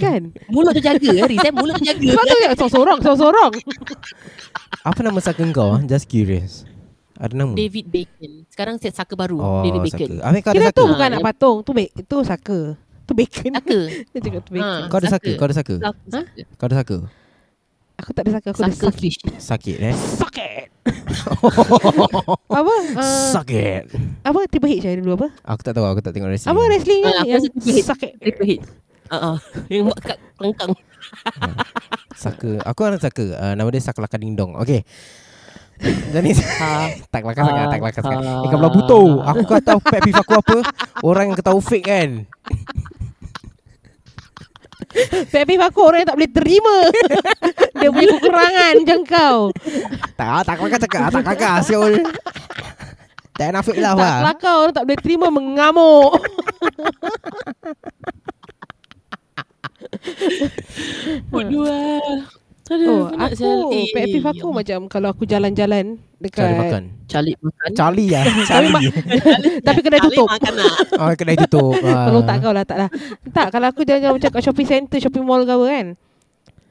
[SPEAKER 2] Kan
[SPEAKER 3] Mulut dia jaga hari saya mulut dia jaga.
[SPEAKER 2] Sebab tu ya Sorang-sorang Sorang-sorang
[SPEAKER 1] Apa nama saka kau ah? Just curious Ada nama
[SPEAKER 3] David Bacon. Sekarang set saka baru
[SPEAKER 1] Hmm. Oh
[SPEAKER 3] David
[SPEAKER 1] saka
[SPEAKER 3] Bacon.
[SPEAKER 1] Habis kau ada
[SPEAKER 2] Kira
[SPEAKER 1] saka
[SPEAKER 2] tu bukan nak
[SPEAKER 3] yang-
[SPEAKER 2] patung Tu ba- tu saka Tu bacon
[SPEAKER 3] Saka.
[SPEAKER 2] Dia cakap tu bacon
[SPEAKER 3] Ah.
[SPEAKER 1] Kau ada saka
[SPEAKER 3] Saka.
[SPEAKER 1] Kau ada saka
[SPEAKER 3] Saka.
[SPEAKER 2] Ha?
[SPEAKER 1] Kau ada saka
[SPEAKER 2] Aku tak ada saka Aku ada
[SPEAKER 3] Saka
[SPEAKER 2] saka
[SPEAKER 3] fish.
[SPEAKER 1] Sakit eh
[SPEAKER 2] Suck it Apa uh,
[SPEAKER 1] Sakit
[SPEAKER 2] Apa Tipe H lah dulu apa
[SPEAKER 1] Aku tak tahu Aku tak tengok wrestling
[SPEAKER 2] Apa wrestling kan
[SPEAKER 3] Ah, aku
[SPEAKER 2] Yang
[SPEAKER 3] rasa tipe H.
[SPEAKER 2] suck it
[SPEAKER 3] Triple hit. Ah ah. Yang buat kat kelengkang.
[SPEAKER 1] Saka Aku orang saka uh, Nama dia Saklaka Ding Dong Okay Jadi
[SPEAKER 2] Ha.
[SPEAKER 1] Tak kelakar sangat Tak kelakar sangat Eh kau belah butuh Aku kau tahu pet peeve aku apa Orang yang kau tahu fake kan
[SPEAKER 2] Pet peeve aku orang yang tak boleh terima Dia punya kekurangan macam kau
[SPEAKER 1] Tak ah, tak kelakar cakap Tak kelakar Siul Tak nak fake lah
[SPEAKER 2] Tak
[SPEAKER 1] Wah.
[SPEAKER 2] kelakar orang tak boleh terima mengamuk
[SPEAKER 3] Bodoh lah.
[SPEAKER 2] Oh,
[SPEAKER 3] Aduh, penat sial.
[SPEAKER 2] aku
[SPEAKER 3] Eh,
[SPEAKER 2] pet peeve
[SPEAKER 3] ya
[SPEAKER 2] aku
[SPEAKER 3] Allah.
[SPEAKER 2] macam kalau aku jalan-jalan dekat
[SPEAKER 1] Cari makan
[SPEAKER 3] Calik makan.
[SPEAKER 1] Charlie lah Charlie
[SPEAKER 2] tapi kedai
[SPEAKER 3] Calik
[SPEAKER 2] tutup.
[SPEAKER 3] makan lah.
[SPEAKER 1] Oh kedai tutup ah.
[SPEAKER 2] Kalau tak kau lah tak lah. Tak kalau aku jalan-jalan macam kat shopping center, shopping mall kau kan.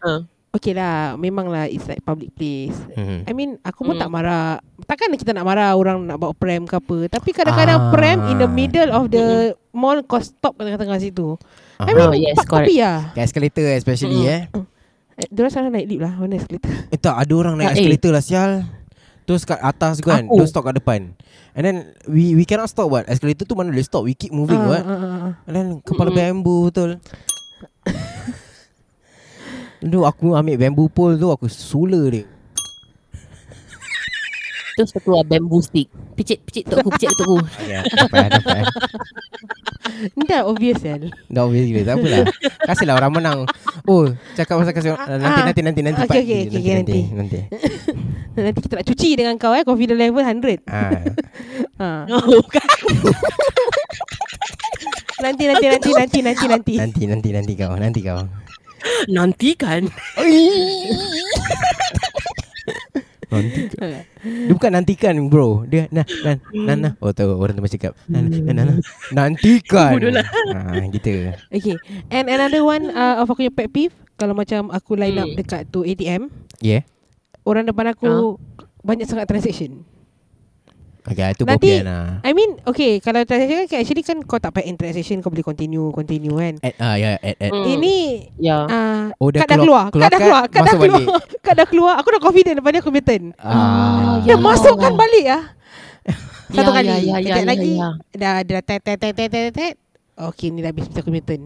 [SPEAKER 3] Ha.
[SPEAKER 2] Okay lah, memang lah it's like public place.
[SPEAKER 1] Mhm.
[SPEAKER 2] I mean aku pun
[SPEAKER 3] Hmm.
[SPEAKER 2] tak marah Takkan kita nak marah orang nak bawa pram ke apa Tapi kadang-kadang
[SPEAKER 1] Ah.
[SPEAKER 2] pram in the middle of the mall Kau stop kat tengah-tengah situ I
[SPEAKER 1] Ah.
[SPEAKER 2] mean
[SPEAKER 3] Hmm. Oh, yes,
[SPEAKER 2] park
[SPEAKER 3] correct.
[SPEAKER 2] kopi lah
[SPEAKER 1] Kat escalator especially eh
[SPEAKER 2] Eh, Diorang sana naik lift lah Mana escalator
[SPEAKER 1] Eh tak ada orang naik
[SPEAKER 3] Tak, eh.
[SPEAKER 1] escalator lah sial Terus kat atas tu kan
[SPEAKER 3] Aku.
[SPEAKER 1] Terus stop kat depan And then We we cannot stop what Escalator tu mana boleh stop We keep moving
[SPEAKER 2] Ah,
[SPEAKER 1] what
[SPEAKER 2] ah, ah, ah.
[SPEAKER 1] And then kepala
[SPEAKER 3] Mm-mm.
[SPEAKER 1] bambu betul Aduh aku ambil bambu pole tu Aku sula dia
[SPEAKER 3] Terus aku keluar bamboo stick. Picit, picit tok aku, picit tok aku.
[SPEAKER 1] Okay dapat eh, dapat eh.
[SPEAKER 2] Ni dah obvious kan
[SPEAKER 1] Dah obvious gila Tak apalah Kasihlah orang menang Oh cakap pasal kasih orang Nanti
[SPEAKER 2] Ah,
[SPEAKER 1] nanti nanti nanti
[SPEAKER 2] okay,
[SPEAKER 1] Pak.
[SPEAKER 2] okay, okay,
[SPEAKER 1] nanti,
[SPEAKER 2] okay, nanti.
[SPEAKER 1] nanti.
[SPEAKER 2] Nanti kita nak cuci dengan kau eh Confident level 100
[SPEAKER 1] Ah.
[SPEAKER 2] ha.
[SPEAKER 3] No, Oh, bukan.
[SPEAKER 2] Nanti nanti nanti nanti nanti nanti
[SPEAKER 1] Nanti nanti nanti kau Nanti kau
[SPEAKER 3] Nanti kan.
[SPEAKER 1] Nanti Dia bukan nantikan bro Dia nah nah nah nah Oh tahu orang tu macam cakap nah, nah, nah, nah, nah. Nantikan
[SPEAKER 3] Bodoh lah.
[SPEAKER 1] ha, Gitu
[SPEAKER 2] Okay And another one uh, Of aku punya pet peeve Kalau macam aku line up
[SPEAKER 3] Hmm.
[SPEAKER 2] dekat tu ATM
[SPEAKER 1] Yeah
[SPEAKER 2] Orang depan aku
[SPEAKER 3] Ah.
[SPEAKER 2] Banyak sangat transaction
[SPEAKER 1] Okay itu
[SPEAKER 2] Nanti-
[SPEAKER 1] bopian lah
[SPEAKER 2] I mean Okay Kalau transaction kan Actually kan kau tak payah end transaction Kau boleh continue Continue kan
[SPEAKER 1] Add ah ya add add
[SPEAKER 3] Hmm.
[SPEAKER 2] Ini
[SPEAKER 3] Ya.
[SPEAKER 2] uh,
[SPEAKER 1] Oh,
[SPEAKER 2] oh,
[SPEAKER 1] dah
[SPEAKER 2] Kad dah
[SPEAKER 1] keluar-
[SPEAKER 2] keluar Kad dah
[SPEAKER 1] keluar
[SPEAKER 2] keluar
[SPEAKER 1] kad,
[SPEAKER 2] Kad dah
[SPEAKER 1] masuk
[SPEAKER 2] keluar Kad dah keluar Aku dah confident Depan dia aku punya turn
[SPEAKER 1] Ah,
[SPEAKER 2] Dia
[SPEAKER 3] Ya Allah.
[SPEAKER 2] masukkan balik ah. Satu
[SPEAKER 3] Ya,
[SPEAKER 2] kali
[SPEAKER 3] ya, ya,
[SPEAKER 2] Kejap
[SPEAKER 3] ya,
[SPEAKER 2] lagi
[SPEAKER 3] ya.
[SPEAKER 2] Dah Dia dah tet tet tet tet tet tet Okay ni dah habis Aku punya turn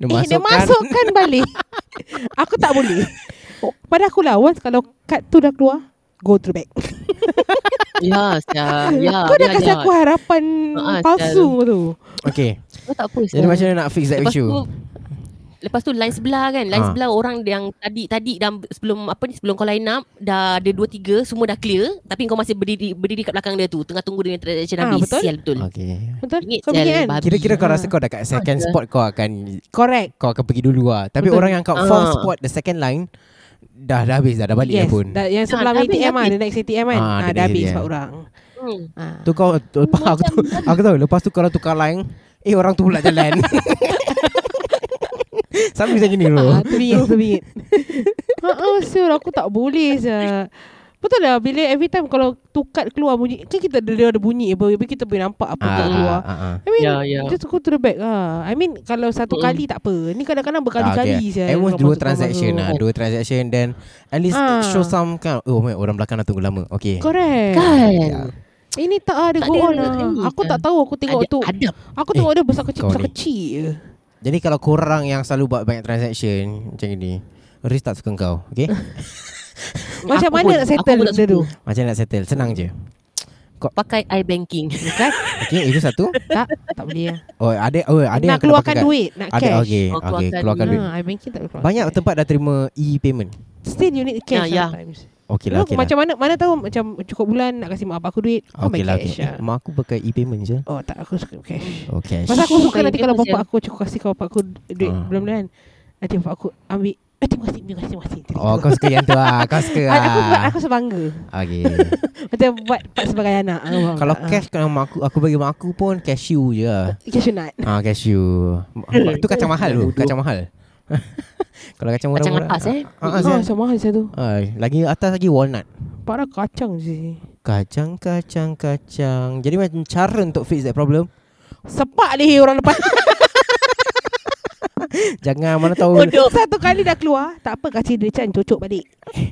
[SPEAKER 1] Dia
[SPEAKER 2] Eh dia masukkan balik Aku tak boleh Oh, Pada aku lah Once kalau kad tu dah keluar Go through back
[SPEAKER 3] Ya, sial. Ya,
[SPEAKER 2] Kau dah
[SPEAKER 3] ya,
[SPEAKER 2] kasih
[SPEAKER 3] ya.
[SPEAKER 2] aku harapan
[SPEAKER 3] Ah,
[SPEAKER 2] Palsu tu
[SPEAKER 1] Okay
[SPEAKER 3] Kau tak apa
[SPEAKER 1] Jadi macam mana nak fix that
[SPEAKER 3] Lepas
[SPEAKER 1] issue
[SPEAKER 3] tu Lepas tu line sebelah kan Line
[SPEAKER 1] Ah.
[SPEAKER 3] sebelah orang yang Tadi tadi dah Sebelum apa ni Sebelum kau line up Dah ada 2-3 Semua dah clear Tapi kau masih berdiri Berdiri kat belakang dia tu Tengah tunggu dia punya transaction
[SPEAKER 2] Ah,
[SPEAKER 3] habis
[SPEAKER 2] betul.
[SPEAKER 3] Sial betul
[SPEAKER 1] Okay
[SPEAKER 2] Betul?
[SPEAKER 3] Bingit
[SPEAKER 2] Kau
[SPEAKER 3] sial,
[SPEAKER 2] bingit kan?
[SPEAKER 3] babi.
[SPEAKER 1] Kira-kira kau
[SPEAKER 2] Ah.
[SPEAKER 1] rasa kau dah kat second
[SPEAKER 3] Ada.
[SPEAKER 1] spot kau akan
[SPEAKER 2] Correct
[SPEAKER 1] Kau akan pergi dulu lah Tapi
[SPEAKER 2] Betul.
[SPEAKER 1] orang yang kat fourth
[SPEAKER 3] Ah.
[SPEAKER 1] spot The second line Dah dah habis Dah dah balik dah pun
[SPEAKER 2] dah, Yang sebelum
[SPEAKER 3] dah habis,
[SPEAKER 2] ATM ah,
[SPEAKER 3] habis.
[SPEAKER 2] The next ATM kan
[SPEAKER 1] Ah,
[SPEAKER 2] ah,
[SPEAKER 1] the
[SPEAKER 2] Dah
[SPEAKER 1] next
[SPEAKER 2] habis
[SPEAKER 1] ATM.
[SPEAKER 2] sebab orang
[SPEAKER 3] hmm.
[SPEAKER 2] ah.
[SPEAKER 1] Tu kau eh, tu, aku, tu, aku tahu Lepas tu kalau tukar line Eh orang tu pula jalan Sama macam ni
[SPEAKER 2] Ah,
[SPEAKER 1] dulu
[SPEAKER 2] tu bingit, tu bingit. Haa, Ah, sure aku tak boleh je. Betul lah bila every time kalau tukat keluar bunyi, kan kita ada dia ada bunyi apa, tapi kita boleh nampak apa
[SPEAKER 1] Ah,
[SPEAKER 2] yang keluar.
[SPEAKER 1] ah, ah, ah.
[SPEAKER 2] I mean,
[SPEAKER 3] Ya, ya.
[SPEAKER 2] just go to the back lah. I mean, kalau satu
[SPEAKER 3] Mm.
[SPEAKER 2] kali tak apa. Ni kadang-kadang berkali-kali
[SPEAKER 1] Ah,
[SPEAKER 2] je.
[SPEAKER 1] At most dua transaction lah
[SPEAKER 3] masuk.
[SPEAKER 1] Dua transaction Then at least
[SPEAKER 2] Ah.
[SPEAKER 1] show some kind of, Oh man orang belakang dah tunggu lama Okay
[SPEAKER 2] Correct. ya.
[SPEAKER 3] Kan
[SPEAKER 2] Ini tak ada
[SPEAKER 3] Tak
[SPEAKER 2] go
[SPEAKER 3] ada
[SPEAKER 2] on
[SPEAKER 3] ada
[SPEAKER 2] lah.
[SPEAKER 3] ni
[SPEAKER 2] Aku
[SPEAKER 3] kan.
[SPEAKER 2] tak tahu aku tengok
[SPEAKER 3] Ada eh.
[SPEAKER 2] tu.
[SPEAKER 3] adab
[SPEAKER 2] Aku tengok dia besar
[SPEAKER 1] kau
[SPEAKER 2] kecil, besar
[SPEAKER 1] ni.
[SPEAKER 2] kecil. je.
[SPEAKER 1] Jadi kalau korang yang selalu buat banyak transaction Macam ni Riz tak suka kau Okay
[SPEAKER 2] Macam
[SPEAKER 3] Aku
[SPEAKER 2] mana
[SPEAKER 3] pun-
[SPEAKER 2] nak
[SPEAKER 3] aku
[SPEAKER 2] settle
[SPEAKER 3] pun tak
[SPEAKER 2] benda tu?
[SPEAKER 1] Macam nak settle Senang je
[SPEAKER 3] Pakai iBanking Kan
[SPEAKER 1] Okay itu satu
[SPEAKER 2] Tak, tak boleh lah.
[SPEAKER 1] Oh ada oh, ada
[SPEAKER 2] Nak
[SPEAKER 1] yang kena
[SPEAKER 2] keluarkan
[SPEAKER 1] pakai kad.
[SPEAKER 2] duit, nak
[SPEAKER 1] ada, Okay,
[SPEAKER 2] cash.
[SPEAKER 3] Oh,
[SPEAKER 1] okay,
[SPEAKER 3] keluarkan
[SPEAKER 1] keluarkan duit
[SPEAKER 2] Ha, I banking tak boleh keluar.
[SPEAKER 1] Banyak tempat dah terima e-payment
[SPEAKER 2] Still you need cash
[SPEAKER 3] Ya, ya.
[SPEAKER 2] sometimes.
[SPEAKER 1] Okey lah,
[SPEAKER 2] Dulu
[SPEAKER 1] okey lah.
[SPEAKER 2] macam mana mana tahu macam cukup bulan nak kasi mak abang aku duit.
[SPEAKER 1] Okey
[SPEAKER 2] Kau okay
[SPEAKER 1] lah,
[SPEAKER 2] lah,
[SPEAKER 1] okey.
[SPEAKER 2] cash lah.
[SPEAKER 1] Mak aku pakai e-payment je.
[SPEAKER 2] Oh tak aku suka cash.
[SPEAKER 1] Oh, cash.
[SPEAKER 2] Pasal aku suka
[SPEAKER 3] Baik,
[SPEAKER 2] nanti
[SPEAKER 3] dia
[SPEAKER 2] kalau
[SPEAKER 3] pun
[SPEAKER 2] bapak
[SPEAKER 3] siap.
[SPEAKER 2] aku cukup kasi kalau bapak aku duit
[SPEAKER 1] Ah.
[SPEAKER 2] bulan-bulan. Nanti bapak aku ambil Eh, terima kasih, terima kasih, terima kasih. Terima
[SPEAKER 1] Oh,
[SPEAKER 2] kasih.
[SPEAKER 1] kau suka yang tu lah. Kau suka
[SPEAKER 2] Ah, aku buat,
[SPEAKER 1] lah.
[SPEAKER 2] aku sebangga.
[SPEAKER 1] Okey.
[SPEAKER 2] Macam buat part sebagai anak. ah, faham
[SPEAKER 1] Kalau
[SPEAKER 2] tak? Ah.
[SPEAKER 1] cash kena mak aku, aku bagi mak aku pun cashew je lah.
[SPEAKER 2] Cash or not.
[SPEAKER 1] Ah, cashew. Itu kacang mahal tu, kacang mahal. Kalau kacang
[SPEAKER 3] Kacang
[SPEAKER 1] murah-murah.
[SPEAKER 3] lepas eh.
[SPEAKER 1] Ah, ah,
[SPEAKER 2] Ah,
[SPEAKER 1] Zain.
[SPEAKER 2] sama hal saya tu.
[SPEAKER 1] Ah, lagi atas lagi walnut.
[SPEAKER 2] Parah kacang sih.
[SPEAKER 1] Kacang, kacang, kacang. Jadi macam cara untuk fix that problem.
[SPEAKER 2] Sepak leher orang lepas.
[SPEAKER 1] Jangan mana
[SPEAKER 3] Oh,
[SPEAKER 1] tahu.
[SPEAKER 2] Bodoh. Satu kali dah keluar, tak apa kasih dia can cocok balik.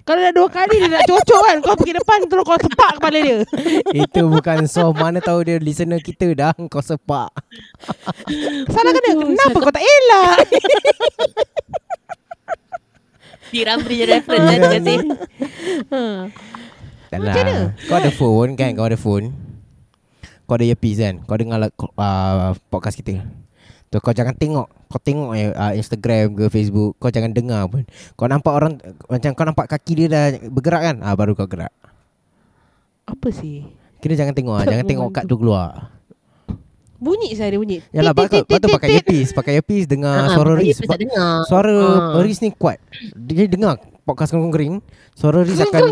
[SPEAKER 2] Kalau dah dua kali dia nak cocok kan, kau pergi depan terus kau sepak kepala dia.
[SPEAKER 1] itu bukan soft. Mana tahu dia listener kita dah. Kau sepak.
[SPEAKER 2] Salah kena. Kenapa kau tak elak?
[SPEAKER 3] Di Ramli je reference eh, Terima kasih
[SPEAKER 2] Ha.
[SPEAKER 1] Tak lah. Kau ada phone kan? Kau ada phone. Kau ada earpiece kan? Kau dengar lah, uh, podcast kita. Tu kau jangan tengok. Kau tengok eh, uh, Instagram ke Facebook. Kau jangan dengar pun. Kau nampak orang macam kau nampak kaki dia dah bergerak kan? Ah baru kau gerak.
[SPEAKER 2] Apa sih?
[SPEAKER 1] Kira jangan tengok ah. Jangan tengok kad tu keluar.
[SPEAKER 2] Bunyi saya dia bunyi.
[SPEAKER 1] Yalah
[SPEAKER 2] Tit,
[SPEAKER 1] pakai
[SPEAKER 2] tit,
[SPEAKER 1] patut
[SPEAKER 2] tit,
[SPEAKER 1] pakai
[SPEAKER 2] tit.
[SPEAKER 1] earpiece, pakai earpiece dengar
[SPEAKER 3] Ah,
[SPEAKER 1] suara
[SPEAKER 3] pakai
[SPEAKER 1] Riz.
[SPEAKER 3] earpiece
[SPEAKER 1] Sebab
[SPEAKER 3] tak dengar.
[SPEAKER 1] Suara
[SPEAKER 3] Ah.
[SPEAKER 1] Riz ni kuat. Dia dengar podcast kereng kering, suara Riz akan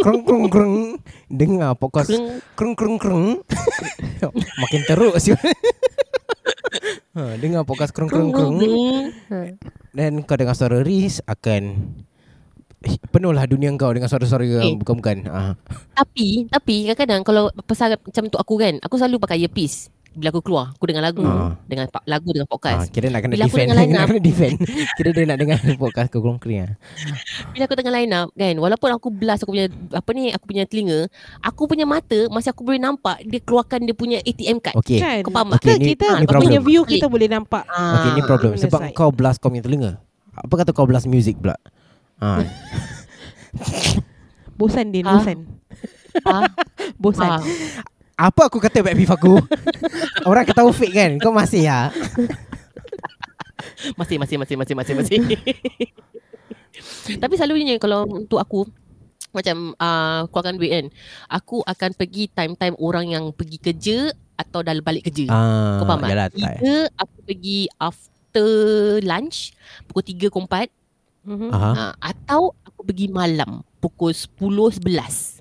[SPEAKER 1] kereng kereng kereng dengar podcast
[SPEAKER 3] Kereng.
[SPEAKER 1] kereng kereng kereng. Makin teruk sih. ha, dengar podcast kereng kereng kereng dan kau dengar suara Riz akan penuhlah dunia kau dengan suara-suara yang
[SPEAKER 3] Eh.
[SPEAKER 1] bukan-bukan. Ah.
[SPEAKER 3] Tapi Tapi kadang-kadang Kalau pasal macam tu aku kan Aku selalu pakai earpiece Bila aku keluar Aku dengar lagu
[SPEAKER 1] Ah.
[SPEAKER 3] Dengan pa- lagu dengan
[SPEAKER 1] Ah,
[SPEAKER 3] podcast
[SPEAKER 1] kira nak kena
[SPEAKER 3] Bila aku
[SPEAKER 1] defend
[SPEAKER 3] dengar line
[SPEAKER 1] Nak
[SPEAKER 3] up.
[SPEAKER 1] kena defend Kira dia nak dengar podcast kau kereng kering ah.
[SPEAKER 3] Bila aku tengah line up kan Walaupun aku blast Aku punya Apa ni Aku punya telinga Aku punya mata Masih aku boleh nampak Dia keluarkan dia punya ATM card
[SPEAKER 1] Okey.
[SPEAKER 2] Kan?
[SPEAKER 3] Kau faham tak?
[SPEAKER 2] Kita,
[SPEAKER 1] Okey, ni-
[SPEAKER 2] kita
[SPEAKER 1] ni
[SPEAKER 2] punya
[SPEAKER 1] problem.
[SPEAKER 2] view kita boleh nampak.
[SPEAKER 3] Ah,
[SPEAKER 1] Okay ni problem
[SPEAKER 2] Benda
[SPEAKER 1] Sebab
[SPEAKER 2] side.
[SPEAKER 1] kau blast kau punya telinga Apa kata kau blast music pula ha.
[SPEAKER 2] Bosan dia,
[SPEAKER 3] Ah.
[SPEAKER 2] bosan.
[SPEAKER 3] Ah,
[SPEAKER 2] Bosan.
[SPEAKER 3] ah.
[SPEAKER 1] Apa aku kata back beef aku Orang kata fake kan Kau masih ya
[SPEAKER 3] Masih masih masih masih masih masih. Tapi selalunya kalau untuk aku macam uh, keluarkan duit kan Aku akan pergi time-time orang yang pergi kerja Atau dah balik kerja
[SPEAKER 1] ah,
[SPEAKER 3] Kau faham
[SPEAKER 1] Yalah tak
[SPEAKER 3] tak? Tiga aku pergi after lunch Pukul 3 ke 4
[SPEAKER 2] Mhm.
[SPEAKER 1] Aha.
[SPEAKER 3] uh, Atau aku pergi malam Pukul 10, 11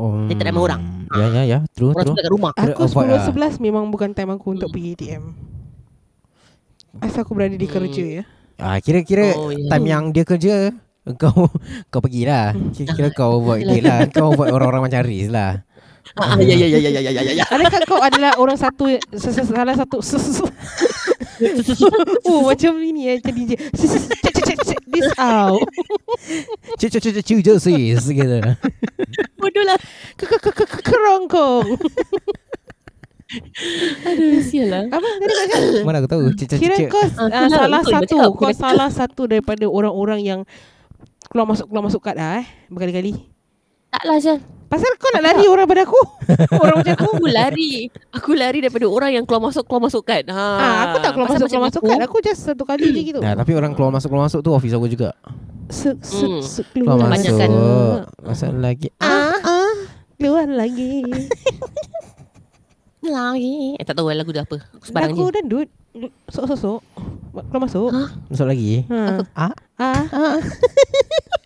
[SPEAKER 1] Um,
[SPEAKER 3] Dia tak ada mahu orang.
[SPEAKER 1] Ya ya ya True
[SPEAKER 3] Orang
[SPEAKER 1] true
[SPEAKER 3] tu kat rumah
[SPEAKER 1] Kira
[SPEAKER 2] Aku
[SPEAKER 1] avoid lah.
[SPEAKER 2] 10-11 memang bukan time aku untuk pergi ATM. Asal aku berada di
[SPEAKER 3] Hmm.
[SPEAKER 2] kerja ya.
[SPEAKER 1] ah, Kira-kira
[SPEAKER 3] Oh, ya.
[SPEAKER 1] Time yang dia kerja Kau Kau pergilah Kira-kira kau avoid
[SPEAKER 3] Yalah.
[SPEAKER 1] date lah Kau avoid orang-orang macam Riz lah
[SPEAKER 3] Ah, ah, ya, ya, ya, ya, ya, ya, ya, ya.
[SPEAKER 2] Adakah kau adalah orang satu ses- ses- salah satu ses- ses- Oh macam ini ya Macam DJ Ses- ses- check, check, check, check This out
[SPEAKER 1] Cu cu cu cu cu je sis Gitu
[SPEAKER 3] Bodoh lah
[SPEAKER 2] Ke- ke- ke- ke- ke- Kerongkong
[SPEAKER 3] Aduh, sial lah
[SPEAKER 2] Apa tadi kau cakap
[SPEAKER 1] Mana aku tahu Cu cu cu
[SPEAKER 2] Kira
[SPEAKER 1] cu
[SPEAKER 2] kau
[SPEAKER 3] Ah,
[SPEAKER 2] ah,
[SPEAKER 3] tu lah,
[SPEAKER 2] salah
[SPEAKER 3] betul,
[SPEAKER 2] satu
[SPEAKER 3] dia cakap,
[SPEAKER 2] Kau
[SPEAKER 3] dia cakap.
[SPEAKER 2] salah satu daripada orang-orang yang Keluar masuk keluar masuk kad lah eh Berkali-kali
[SPEAKER 3] Tak lah, Syah
[SPEAKER 2] Pasal kau nak lari orang pada aku Orang macam aku
[SPEAKER 3] Aku lari Aku lari daripada orang yang keluar masuk Keluar masuk kan ha.
[SPEAKER 2] Ah, aku tak keluar masuk keluar
[SPEAKER 3] kan.
[SPEAKER 2] masuk kad. Aku just satu kali je gitu.
[SPEAKER 1] Nah, tapi orang keluar masuk keluar masuk tu office aku juga.
[SPEAKER 2] se, se,
[SPEAKER 3] Hmm.
[SPEAKER 2] se,
[SPEAKER 1] Keluar
[SPEAKER 2] keluar kan.
[SPEAKER 1] masuk.
[SPEAKER 3] Kebanyakan.
[SPEAKER 1] Masuk lagi.
[SPEAKER 2] Ah, ah, keluar lagi.
[SPEAKER 3] Lari eh, Tak tahu lagu dia apa Aku sembarang
[SPEAKER 2] Aku
[SPEAKER 3] je Ah,
[SPEAKER 2] dan dud sok sok sok. Keluar masuk.
[SPEAKER 3] Hah?
[SPEAKER 1] Masuk lagi.
[SPEAKER 2] Ha.
[SPEAKER 1] Ah,
[SPEAKER 2] Ah, ah.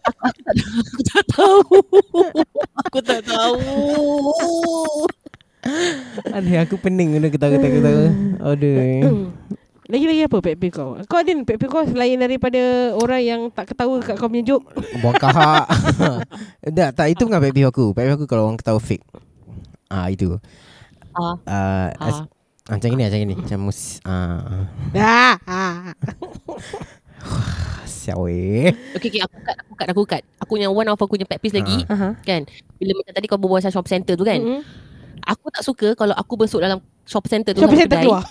[SPEAKER 3] Aku tak tahu Aku tak tahu
[SPEAKER 1] Aduh aku pening kena ketawa-ketawa ketawa. Aduh.
[SPEAKER 2] Lagi-lagi apa pet peeve kau? Kau ada ni pet peeve kau selain daripada orang yang tak ketawa kat kau punya joke?
[SPEAKER 1] Buang kahak. tak, tak itu bukan pet peeve aku. Pet peeve aku kalau orang ketawa fake. Ah itu.
[SPEAKER 3] Ah.
[SPEAKER 1] Ah, as-
[SPEAKER 3] Ah.
[SPEAKER 1] ah, macam gini macam gini. Macam mus ah
[SPEAKER 2] Ah, ah.
[SPEAKER 1] sial weh.
[SPEAKER 3] Okay, okay aku cut Aku cut Aku cut Aku yang one of aku punya pet peeve lagi
[SPEAKER 2] Aha.
[SPEAKER 3] Kan Bila macam tadi kau berbual Pasal shopping center tu kan
[SPEAKER 2] Mm-mm.
[SPEAKER 3] Aku tak suka Kalau aku besok dalam Shopping center tu
[SPEAKER 2] Shopping
[SPEAKER 3] dalam
[SPEAKER 2] center
[SPEAKER 3] kedai.
[SPEAKER 2] keluar.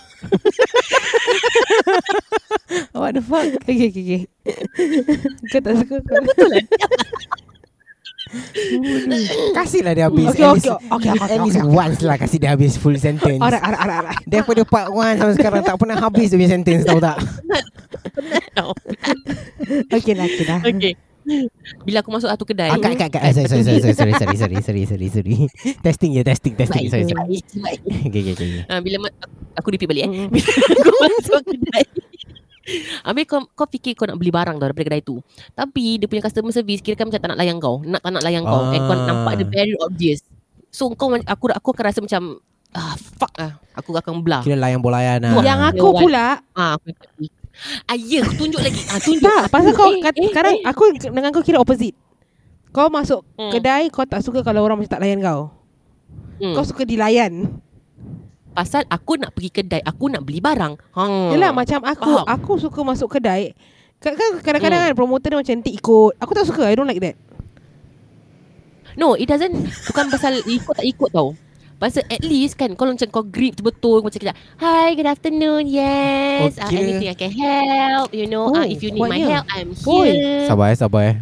[SPEAKER 2] What the fuck? Okay, okay, okay. kau tak suka kau.
[SPEAKER 1] Kasihlah dia habis.
[SPEAKER 2] Okay,
[SPEAKER 1] at
[SPEAKER 2] okay,
[SPEAKER 1] least,
[SPEAKER 2] okay, okay,
[SPEAKER 1] at least
[SPEAKER 2] okay,
[SPEAKER 1] once lah kasih dia habis full sentence.
[SPEAKER 2] Arak, arak, arak, arak.
[SPEAKER 1] Daripada part 1 sampai sekarang tak pernah habis dia punya sentence tahu tak?
[SPEAKER 3] Tau.
[SPEAKER 2] Okay lah, okay lah.
[SPEAKER 3] Okay Bila aku masuk satu kedai.
[SPEAKER 1] Akak akak akak Ah, sorry sorry sorry sorry sorry sorry sorry sorry sorry. Testing je testing testing sorry sorry. Okay okay okay.
[SPEAKER 3] Ha, bila ma- aku repeat balik eh. Bila aku masuk kedai. Habis kau, kau fikir kau nak beli barang tau daripada kedai tu. Tapi dia punya customer service kira kan macam tak nak layan kau. Nak tak nak layan kau. And kau
[SPEAKER 1] Ah.
[SPEAKER 3] nampak dia very obvious. So kau ma- aku aku akan rasa macam ah fuck ah. Aku akan belah.
[SPEAKER 1] Kira layan bolayan lah.
[SPEAKER 2] Yang aku
[SPEAKER 3] Lawan.
[SPEAKER 2] pula
[SPEAKER 3] Ah aku akan pergi. Ah ya aku tunjuk lagi. Ah tunjuk.
[SPEAKER 2] Tak pasal kau
[SPEAKER 3] Eh,
[SPEAKER 2] kat,
[SPEAKER 3] eh,
[SPEAKER 2] Sekarang
[SPEAKER 3] eh.
[SPEAKER 2] aku dengan kau kira opposite Kau masuk
[SPEAKER 3] Hmm.
[SPEAKER 2] kedai Kau tak suka kalau orang macam tak layan kau
[SPEAKER 3] Hmm.
[SPEAKER 2] Kau suka dilayan
[SPEAKER 3] pasal aku nak pergi kedai, aku nak beli barang. Hang.
[SPEAKER 2] Yelah macam aku
[SPEAKER 3] Hmm. Faham. Hmm.
[SPEAKER 2] Aku suka masuk kedai Kan kan kadang-kadang kan promoter dia macam Nanti ikut Aku tak suka I don't like that
[SPEAKER 3] No, it doesn't bukan pasal ikut tak ikut tau. Pasal at least kan kalau macam kau grip betul kau macam kejap. Hi, good afternoon. Yes.
[SPEAKER 1] Oh,
[SPEAKER 3] Okay. Uh,
[SPEAKER 1] kira-
[SPEAKER 3] anything I can help, you know. Oh,
[SPEAKER 2] Oh,
[SPEAKER 3] uh, if you need my
[SPEAKER 2] kuatnya.
[SPEAKER 3] help, I'm
[SPEAKER 2] Oi.
[SPEAKER 3] here.
[SPEAKER 1] Sabar eh sabar eh.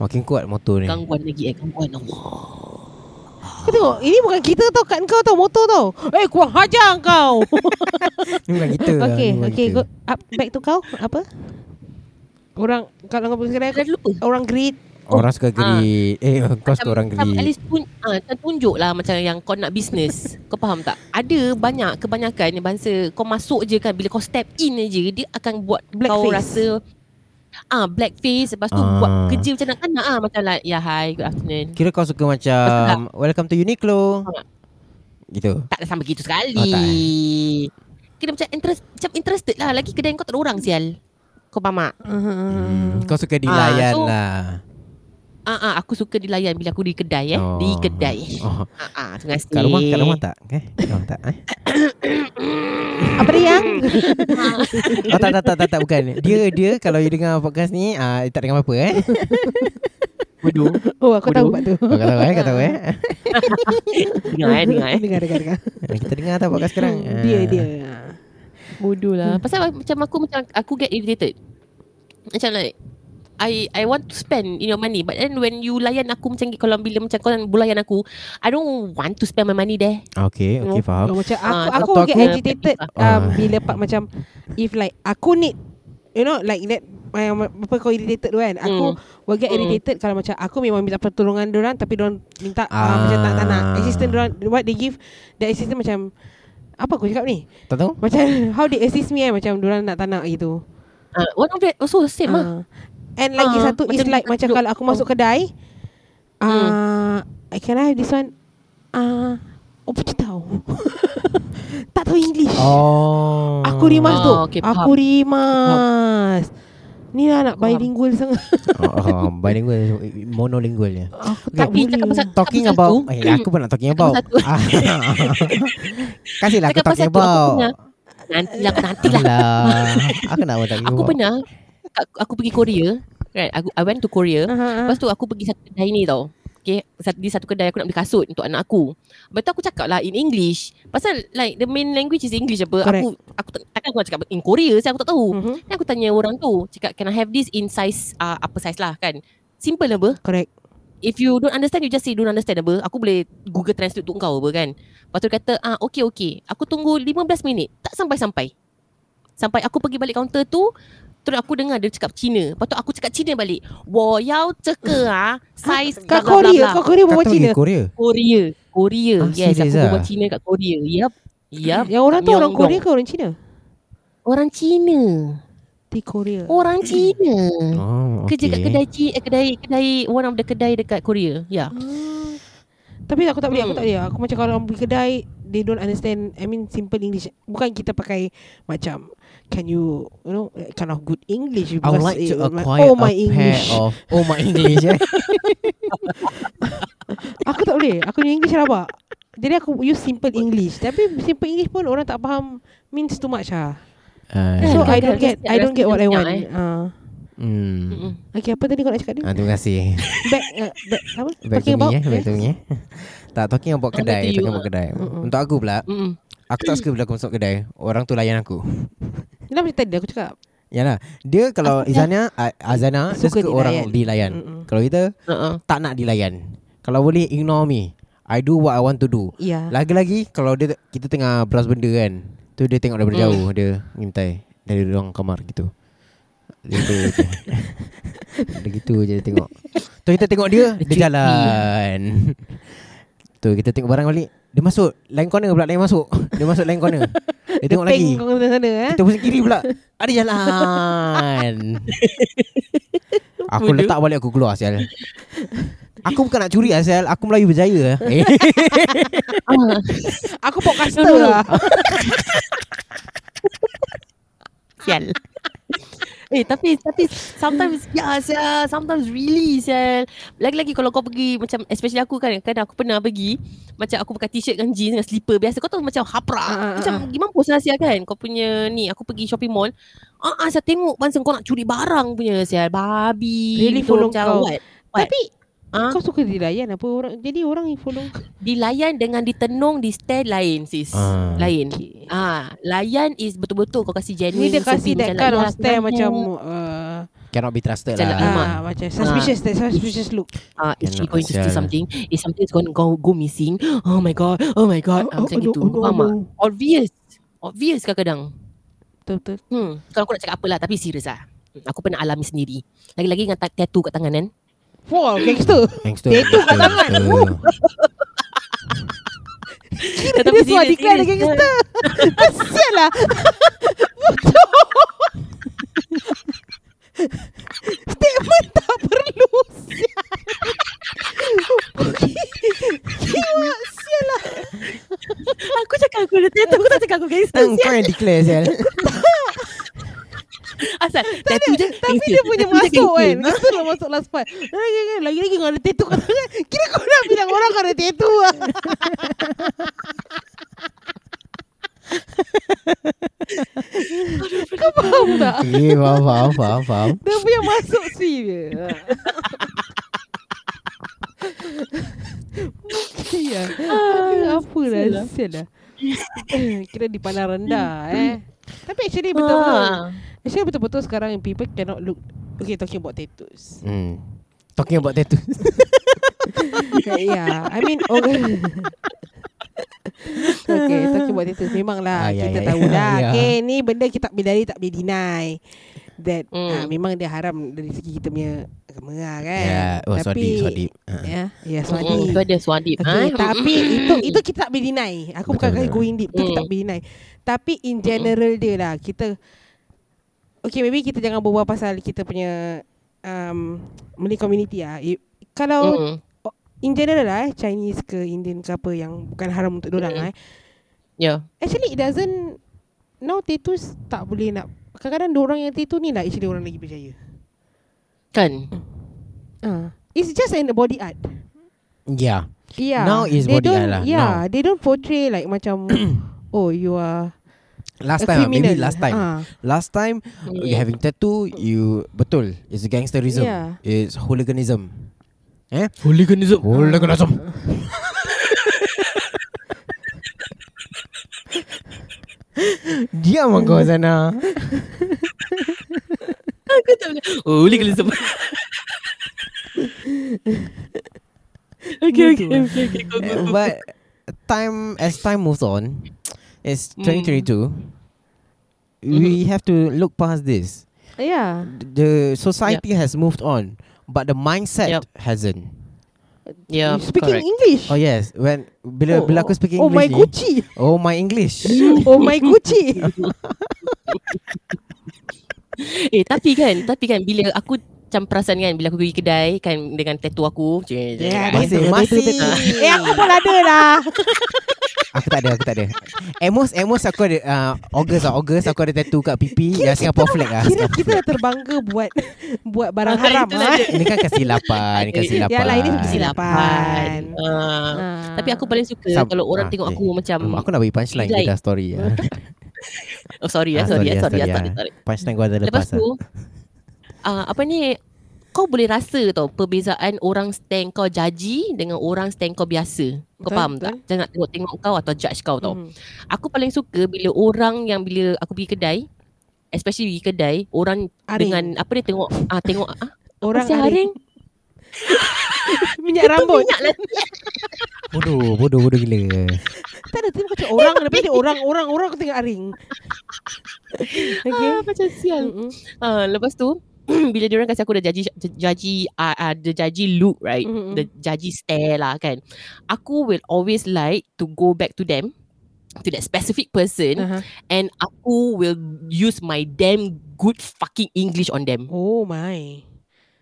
[SPEAKER 1] Makin kuat motor ni.
[SPEAKER 3] Gangguan lagi eh, gangguan Allah.
[SPEAKER 2] Kau tengok Ini bukan kita tau Kat kau tau motor tau Eh kurang hajar kau
[SPEAKER 1] Ni bukan kita lah.
[SPEAKER 2] Okay
[SPEAKER 1] ni bukan
[SPEAKER 2] Okay
[SPEAKER 1] kita.
[SPEAKER 2] go, up, Back to kau Apa Orang Kalau kau pergi kedai
[SPEAKER 3] Dah lupa.
[SPEAKER 2] Orang greet
[SPEAKER 1] Orang suka gerit. Eh kau suka orang
[SPEAKER 3] macam Ah. at
[SPEAKER 1] gerit.
[SPEAKER 3] least tun, uh, tunjuk lah macam yang kau nak bisnes. kau faham tak? Ada banyak kebanyakan bangsa kau masuk je kan bila kau step in aja dia akan buat
[SPEAKER 2] Black
[SPEAKER 3] kau
[SPEAKER 2] face.
[SPEAKER 3] rasa ah blackface lepas tu
[SPEAKER 1] Ah.
[SPEAKER 3] buat kerja macam nak tak nak ah macam like ya hi good afternoon.
[SPEAKER 1] Kira kau suka macam Welcome to Uniqlo
[SPEAKER 3] Ah.
[SPEAKER 1] Gitu
[SPEAKER 3] Tak sampai gitu sekali.
[SPEAKER 1] Oh, tak,
[SPEAKER 3] Kira macam interest macam interested lah lagi kedai kau tak ada orang sial. Kau faham tak?
[SPEAKER 1] hmm. Kau suka dilayan
[SPEAKER 3] so-
[SPEAKER 1] lah
[SPEAKER 3] Ah, ah, aku suka dilayan bila aku di kedai eh. Di
[SPEAKER 1] Oh.
[SPEAKER 3] kedai.
[SPEAKER 1] oh.
[SPEAKER 3] Ah, ah, terima kasih.
[SPEAKER 1] Kat rumah, kat rumah tak? Eh? Kat rumah tak? Eh?
[SPEAKER 2] Apa dia yang
[SPEAKER 1] Oh tak, tak, tak, tak, tak, bukan Dia, dia kalau you dengar podcast ni uh, Tak dengar apa-apa eh
[SPEAKER 3] Bodoh.
[SPEAKER 2] Oh aku tahu Pak tu
[SPEAKER 1] oh, Kau tahu eh, kau tahu eh
[SPEAKER 3] dengar eh, dengar eh.
[SPEAKER 2] Dengar dengar dengar
[SPEAKER 1] Ah, Kita dengar tak podcast sekarang Ah.
[SPEAKER 2] Dia dia
[SPEAKER 3] Bodoh lah. Pasal macam aku macam aku get irritated. Macam like I I want to spend you know money but then when you layan aku macam kalau bila macam kau bulayan aku I don't want to spend my money there.
[SPEAKER 1] Ah, Okay, Eh, okay, faham
[SPEAKER 2] Oh, macam aku
[SPEAKER 3] Ah,
[SPEAKER 2] aku
[SPEAKER 1] atau
[SPEAKER 2] get
[SPEAKER 1] aku-
[SPEAKER 2] agitated
[SPEAKER 1] Ah.
[SPEAKER 2] um, bila pak macam if like aku need you know like that my, my, apa kau irritated tu kan aku will get
[SPEAKER 3] Mm.
[SPEAKER 2] irritated kalau macam aku memang minta pertolongan orang tapi orang minta
[SPEAKER 1] Ah.
[SPEAKER 2] ah. macam tak, tak nak assistant orang what they give the assistant macam apa aku cakap ni
[SPEAKER 1] Tak tahu?
[SPEAKER 2] macam how they assist me eh macam orang nak tak nak gitu
[SPEAKER 3] Uh, one of that also same lah.
[SPEAKER 2] Ah. And lagi
[SPEAKER 3] Ah,
[SPEAKER 2] satu is
[SPEAKER 3] macam
[SPEAKER 2] like
[SPEAKER 3] dia
[SPEAKER 2] macam
[SPEAKER 3] duduk. Hmm.
[SPEAKER 2] kalau aku masuk kedai ah uh, can I have this one? Ah uh, apa tahu? tak tahu English.
[SPEAKER 1] Oh
[SPEAKER 2] Aku rimas tu.
[SPEAKER 3] Ah, okay,
[SPEAKER 2] aku rimas. Ni lah nak
[SPEAKER 3] Faham.
[SPEAKER 2] bilingual sangat.
[SPEAKER 1] oh, oh, oh, Bilingual, monolingual ya
[SPEAKER 2] Aku
[SPEAKER 1] Okay.
[SPEAKER 2] tak
[SPEAKER 3] Tapi
[SPEAKER 2] boleh.
[SPEAKER 3] cakap pasal
[SPEAKER 1] Talking
[SPEAKER 3] cakap pasal
[SPEAKER 1] about
[SPEAKER 3] tu,
[SPEAKER 1] eh, Aku pun nak talking about
[SPEAKER 3] Satu.
[SPEAKER 1] Ah. Kasihlah aku
[SPEAKER 3] Cakap pasal
[SPEAKER 1] talking
[SPEAKER 3] tu, aku
[SPEAKER 1] about
[SPEAKER 3] pernah- nanti lah nanti lah.
[SPEAKER 1] Alah Aku nak buat talking
[SPEAKER 3] Aku
[SPEAKER 1] about
[SPEAKER 3] pernah aku, aku pergi Korea. Right, aku I went to Korea.
[SPEAKER 2] Aha, aha.
[SPEAKER 3] Lepas tu aku pergi satu kedai ni tau. Okay, sat- di satu kedai aku nak beli kasut untuk anak aku. Lepas tu aku cakap lah in English. Pasal like the main language is English apa.
[SPEAKER 2] Correct.
[SPEAKER 3] Aku aku tak- takkan aku nak cakap in Korea saya aku tak tahu.
[SPEAKER 2] Mhm.
[SPEAKER 3] Then aku tanya orang tu, cakap can I have this in size uh, apa size lah kan. Simple apa.
[SPEAKER 2] Correct.
[SPEAKER 3] If you don't understand you just say don't understand apa. Aku boleh Google translate untuk kau apa kan. Lepas tu dia kata ah okay okay. Aku tunggu 15 minit. Tak sampai-sampai. Sampai aku pergi balik kaunter tu Terus aku dengar dia cakap Cina. Lepas tu aku cakap Cina balik. Wo yao ceka ah size
[SPEAKER 2] Kau
[SPEAKER 3] blah, blah, blah,
[SPEAKER 2] Korea,
[SPEAKER 3] blah."
[SPEAKER 2] kau Korea
[SPEAKER 1] Kau
[SPEAKER 2] berbual
[SPEAKER 1] tahu
[SPEAKER 2] Cina.
[SPEAKER 1] dia Korea
[SPEAKER 3] Korea. Korea.
[SPEAKER 1] Ah,
[SPEAKER 3] Ah, yes, aku
[SPEAKER 1] serious ah?
[SPEAKER 3] berbual Cina kat Korea. Yap. Yap.
[SPEAKER 2] Yang orang tu
[SPEAKER 3] Myeongdong.
[SPEAKER 2] orang Korea ke orang Cina?
[SPEAKER 3] Orang Cina.
[SPEAKER 2] Di Korea.
[SPEAKER 3] Orang Cina.
[SPEAKER 1] Oh,
[SPEAKER 3] Kerja kat kedai Cina, kedai kedai one of the kedai dekat Korea. Ya. Yeah.
[SPEAKER 2] Ah. Tapi aku tak boleh, aku
[SPEAKER 3] Hmm.
[SPEAKER 2] tak boleh. Aku macam kalau orang pergi kedai, they don't understand, I mean simple English. Bukan kita pakai macam, can you, you know, that kind of good English.
[SPEAKER 1] I would
[SPEAKER 2] Because
[SPEAKER 1] like to
[SPEAKER 2] it- like,
[SPEAKER 1] acquire
[SPEAKER 2] oh my
[SPEAKER 1] a
[SPEAKER 2] English.
[SPEAKER 1] pair of Oh my English eh
[SPEAKER 2] Aku tak boleh, aku ni English rabak. Jadi aku use simple English. Tapi simple English pun orang tak faham means too much lah.
[SPEAKER 1] Ah,
[SPEAKER 3] Eh,
[SPEAKER 2] So
[SPEAKER 3] kan,
[SPEAKER 2] I don't
[SPEAKER 3] kan,
[SPEAKER 2] get,
[SPEAKER 3] kan,
[SPEAKER 2] I don't
[SPEAKER 3] rasa
[SPEAKER 2] get what I
[SPEAKER 3] minyak,
[SPEAKER 2] want.
[SPEAKER 3] eh.
[SPEAKER 2] Ah.
[SPEAKER 1] hmm.
[SPEAKER 3] Mm-mm.
[SPEAKER 2] Okay, apa tadi kau nak cakap ni?
[SPEAKER 1] Ah, terima kasih
[SPEAKER 2] Back, uh, back, apa?
[SPEAKER 1] Back
[SPEAKER 2] Talking
[SPEAKER 1] to
[SPEAKER 2] about?
[SPEAKER 1] me eh Back to me eh Tak talking about
[SPEAKER 3] Talking
[SPEAKER 1] kedai
[SPEAKER 3] to you,
[SPEAKER 1] Talking
[SPEAKER 3] ah.
[SPEAKER 1] about kedai
[SPEAKER 2] Mm-mm.
[SPEAKER 1] Untuk aku pula
[SPEAKER 3] Mm-mm.
[SPEAKER 1] Aku tak suka bila aku masuk kedai Orang tu layan aku
[SPEAKER 2] Kenapa macam tadi aku cakap?
[SPEAKER 1] Yalah Dia kalau
[SPEAKER 3] Aku
[SPEAKER 1] Izana A- Azana Dia
[SPEAKER 2] Suka
[SPEAKER 1] suka orang
[SPEAKER 2] dilayan.
[SPEAKER 1] dilayan
[SPEAKER 2] Mm-mm.
[SPEAKER 1] Kalau kita
[SPEAKER 3] Uh-uh.
[SPEAKER 1] Tak nak dilayan Kalau boleh ignore me I do what I want to do
[SPEAKER 2] Ya.
[SPEAKER 1] Lagi-lagi Kalau dia kita Hmm. tengah Beras benda kan Tu dia tengok daripada jauh Dia mintai Dari ruang kamar gitu Dia Gitu je Dia gitu je dia tengok Tu kita tengok dia Dia
[SPEAKER 3] cuti.
[SPEAKER 1] jalan Tu kita tengok barang balik Dia masuk Lain corner pula Lain masuk Dia masuk lain corner Dia tengok lagi
[SPEAKER 2] Peng kau sana eh.
[SPEAKER 1] Kita pusing kiri pula Ada jalan Aku
[SPEAKER 3] Bodoh.
[SPEAKER 1] letak balik aku keluar sial Aku bukan nak curi lah sial Aku Melayu berjaya lah eh,
[SPEAKER 2] Aku podcaster
[SPEAKER 3] No, no, no.
[SPEAKER 2] lah.
[SPEAKER 3] Sial Eh tapi tapi sometimes ya sial sometimes really sial. Lagi-lagi kalau kau pergi macam especially aku kan kan aku pernah pergi macam aku pakai t-shirt dengan jeans dengan slipper biasa kau tahu macam hapra
[SPEAKER 2] Ah, ah,
[SPEAKER 3] macam gimana pun sial kan kau punya ni aku pergi shopping mall ah ah saya tengok bangsa kau nak curi barang punya sial babi kan.
[SPEAKER 2] Really
[SPEAKER 3] betul,
[SPEAKER 2] follow
[SPEAKER 3] macam
[SPEAKER 2] kau.
[SPEAKER 3] what?
[SPEAKER 2] Tapi
[SPEAKER 3] Ah.
[SPEAKER 2] kau suka dilayan apa orang jadi orang yang follow kau.
[SPEAKER 3] Dilayan dengan ditenung di stand lain sis
[SPEAKER 1] Ah.
[SPEAKER 3] lain ah layan is betul-betul kau kasi genuine
[SPEAKER 2] Ni dia kasi that
[SPEAKER 3] service,
[SPEAKER 2] kind
[SPEAKER 3] macam layan
[SPEAKER 2] of
[SPEAKER 3] lah,
[SPEAKER 2] stare
[SPEAKER 3] senang
[SPEAKER 2] macam
[SPEAKER 3] je.
[SPEAKER 2] uh,
[SPEAKER 1] Cannot be trusted lah
[SPEAKER 3] Jalan aman.
[SPEAKER 2] ah, macam suspicious that
[SPEAKER 3] Ah.
[SPEAKER 2] suspicious look.
[SPEAKER 3] uh, is she
[SPEAKER 1] Cannot
[SPEAKER 3] going to steal
[SPEAKER 1] sial.
[SPEAKER 3] something? Is something going to go, go missing? Oh my god, oh my god. Oh, macam
[SPEAKER 2] no,
[SPEAKER 3] gitu. Faham tak? Obvious. Obvious kadang-kadang.
[SPEAKER 2] Betul betul.
[SPEAKER 3] Hmm. Kalau aku nak cakap apa lah, tapi serius lah. Hmm, Aku pernah alami sendiri. Lagi-lagi dengan ta- tattoo kat tangan kan.
[SPEAKER 2] Wow, gangster.
[SPEAKER 1] Gangster
[SPEAKER 2] Dia tu kat tangan.
[SPEAKER 1] Gangster.
[SPEAKER 2] Tapi dia semua declare dia gangster. Kesian lah. Betul. Statement tak perlu. Sial. Kiwak sial lah.
[SPEAKER 3] Aku cakap aku ada tattoo, aku tak cakap aku gangster.
[SPEAKER 1] Hmm, Kau yang declare sial
[SPEAKER 3] Asal tattoo je
[SPEAKER 2] Tapi dia
[SPEAKER 3] gangster.
[SPEAKER 2] punya
[SPEAKER 3] Tattoo je
[SPEAKER 2] masuk kan. Itu
[SPEAKER 3] gangster.
[SPEAKER 2] lah masuk last part. Lagi-lagi- Lagi-lagi kau ada tattoo kat tangan. Kira kau nak bilang orang kau ada tattoo lah. Kau faham tak?
[SPEAKER 1] Eh faham faham faham faham
[SPEAKER 2] Dia punya masuk si dia. Mungkin ya. Apa lah Sial lah Kira dipandang rendah eh Tapi actually betul betul
[SPEAKER 3] Ah.
[SPEAKER 2] Actually betul-betul sekarang people cannot look Okay talking about tattoos
[SPEAKER 1] hmm. Talking about tattoo
[SPEAKER 2] Yeah ya. I mean okay. okay talking about tattoos Memanglah
[SPEAKER 1] Ah, ya,
[SPEAKER 2] kita
[SPEAKER 1] ya,
[SPEAKER 2] tahu
[SPEAKER 1] ya,
[SPEAKER 2] dah
[SPEAKER 1] ya.
[SPEAKER 2] Okay ni benda kita tak boleh dari tak boleh deny That
[SPEAKER 3] Hmm.
[SPEAKER 2] ah, memang dia haram dari segi kita punya agama lah kan
[SPEAKER 1] Ya Oh sorry sorry Ah.
[SPEAKER 2] Ya, ya
[SPEAKER 3] Mm,
[SPEAKER 2] sorry.
[SPEAKER 3] Tu ada hmm, swadip.
[SPEAKER 2] Okay, tapi itu itu kita tak boleh deny. Aku
[SPEAKER 1] hmm, Betul,
[SPEAKER 2] bukan kata
[SPEAKER 1] betul. Hmm.
[SPEAKER 2] going deep tu kita
[SPEAKER 3] Mm.
[SPEAKER 2] tak boleh deny. Tapi in general dia lah kita Okay maybe kita jangan berbual pasal kita punya um, Malay community lah. I-
[SPEAKER 1] Hmm.
[SPEAKER 2] Kalau
[SPEAKER 3] Mm.
[SPEAKER 2] in general lah eh, Chinese ke Indian ke apa yang bukan haram untuk orang lah eh.
[SPEAKER 3] Ya.
[SPEAKER 2] Actually it doesn't Now tattoos tak boleh nak Kadang-kadang orang yang tattoo ni lah Actually orang lagi berjaya
[SPEAKER 3] Kan? Ah.
[SPEAKER 2] uh. It's just an body art
[SPEAKER 1] Yeah
[SPEAKER 2] Yeah.
[SPEAKER 1] Now is
[SPEAKER 2] they
[SPEAKER 1] body
[SPEAKER 2] don't,
[SPEAKER 1] art lah,
[SPEAKER 2] Yeah,
[SPEAKER 1] now.
[SPEAKER 2] they don't portray like macam oh you are
[SPEAKER 1] Last
[SPEAKER 2] a
[SPEAKER 1] time ah,
[SPEAKER 2] criminal.
[SPEAKER 1] Maybe last time
[SPEAKER 2] Ah,
[SPEAKER 1] Last time you having tattoo you betul it's gangsterism.
[SPEAKER 2] Yeah.
[SPEAKER 1] It's hooliganism. Eh? Hooliganism. Hooliganism. Diam ah kau sana.
[SPEAKER 3] Aku tak boleh. Oh, legalism. okay, okay,
[SPEAKER 2] Betul.
[SPEAKER 3] okay, okay, go, go, go.
[SPEAKER 1] But time as time moves on, it's
[SPEAKER 3] Mm.
[SPEAKER 1] 2022. We
[SPEAKER 2] Mm-hmm.
[SPEAKER 1] have to look past this.
[SPEAKER 2] yeah.
[SPEAKER 1] The society has moved on, but the mindset
[SPEAKER 3] Yup.
[SPEAKER 1] hasn't.
[SPEAKER 3] Yeah,
[SPEAKER 2] You Eh, speaking
[SPEAKER 3] correct.
[SPEAKER 2] English.
[SPEAKER 1] Oh yes, when bila bila aku speaking
[SPEAKER 2] oh,
[SPEAKER 1] English
[SPEAKER 2] Oh my
[SPEAKER 1] ni,
[SPEAKER 2] Gucci.
[SPEAKER 1] Oh my English.
[SPEAKER 2] oh my Gucci.
[SPEAKER 3] Eh, tapi kan, tapi kan bila aku macam perasan kan bila aku pergi kedai kan dengan tattoo aku.
[SPEAKER 2] Yeah,
[SPEAKER 1] Masih, masih.
[SPEAKER 2] betul, Ya, betul, betul. eh aku pun ada lah.
[SPEAKER 1] Aku tak ada, aku tak ada. At most, at most aku ada uh, August lah, August aku ada tattoo kat pipi yang Singapore flag ah. lah.
[SPEAKER 2] Kira
[SPEAKER 1] Singapore
[SPEAKER 2] kita dah terbangga buat buat barang
[SPEAKER 3] Ah,
[SPEAKER 2] haram
[SPEAKER 3] itulah
[SPEAKER 2] lah.
[SPEAKER 3] dia.
[SPEAKER 1] flag. Ini kan kesilapan, ini kesilapan.
[SPEAKER 2] Yalah, ini kesilapan.
[SPEAKER 3] Kesilapan. Ah.
[SPEAKER 2] Ah.
[SPEAKER 3] Tapi aku paling suka
[SPEAKER 1] Sam-
[SPEAKER 3] kalau orang
[SPEAKER 1] ah,
[SPEAKER 3] tengok
[SPEAKER 1] okay.
[SPEAKER 3] aku macam
[SPEAKER 1] Hmm, aku nak bagi punchline like.
[SPEAKER 3] Like-
[SPEAKER 1] dah story ah. ya.
[SPEAKER 3] oh sorry ya,
[SPEAKER 1] Ah,
[SPEAKER 3] sorry ya,
[SPEAKER 1] sorry,
[SPEAKER 3] sorry ya,
[SPEAKER 1] sorry,
[SPEAKER 3] sorry,
[SPEAKER 1] ah.
[SPEAKER 3] sorry.
[SPEAKER 1] Punchline kau dah lepas.
[SPEAKER 3] Lepas tu ah, apa ni kau boleh rasa tau perbezaan orang stand kau jaji dengan orang stand kau biasa. Kau
[SPEAKER 2] Betul,
[SPEAKER 3] faham
[SPEAKER 2] betul.
[SPEAKER 3] tak? Jangan nak tengok-tengok kau atau judge kau tau.
[SPEAKER 2] Hmm.
[SPEAKER 3] Aku paling suka bila orang yang bila aku pergi kedai especially pergi kedai orang
[SPEAKER 2] Aring.
[SPEAKER 3] dengan apa dia tengok ah tengok ah
[SPEAKER 2] Orang
[SPEAKER 3] apa sih
[SPEAKER 2] aring. Minyak
[SPEAKER 3] Itu
[SPEAKER 2] rambut.
[SPEAKER 3] minyak lah
[SPEAKER 1] Bodoh, bodoh, bodoh gila.
[SPEAKER 2] Tak ada tiba macam orang. Lepas dia orang, orang, orang aku tengok aring.
[SPEAKER 3] Okay.
[SPEAKER 2] Okay.
[SPEAKER 3] Ah, macam sial.
[SPEAKER 2] Mm-mm.
[SPEAKER 3] Uh, lepas tu bila dia orang kasi aku the judgy judgy uh, uh, the judgy look right
[SPEAKER 2] Mm-mm.
[SPEAKER 3] the judgy stare lah kan aku will always like to go back to them to that specific person
[SPEAKER 2] Aha.
[SPEAKER 3] and aku will use my damn good fucking english on them
[SPEAKER 2] Oh my.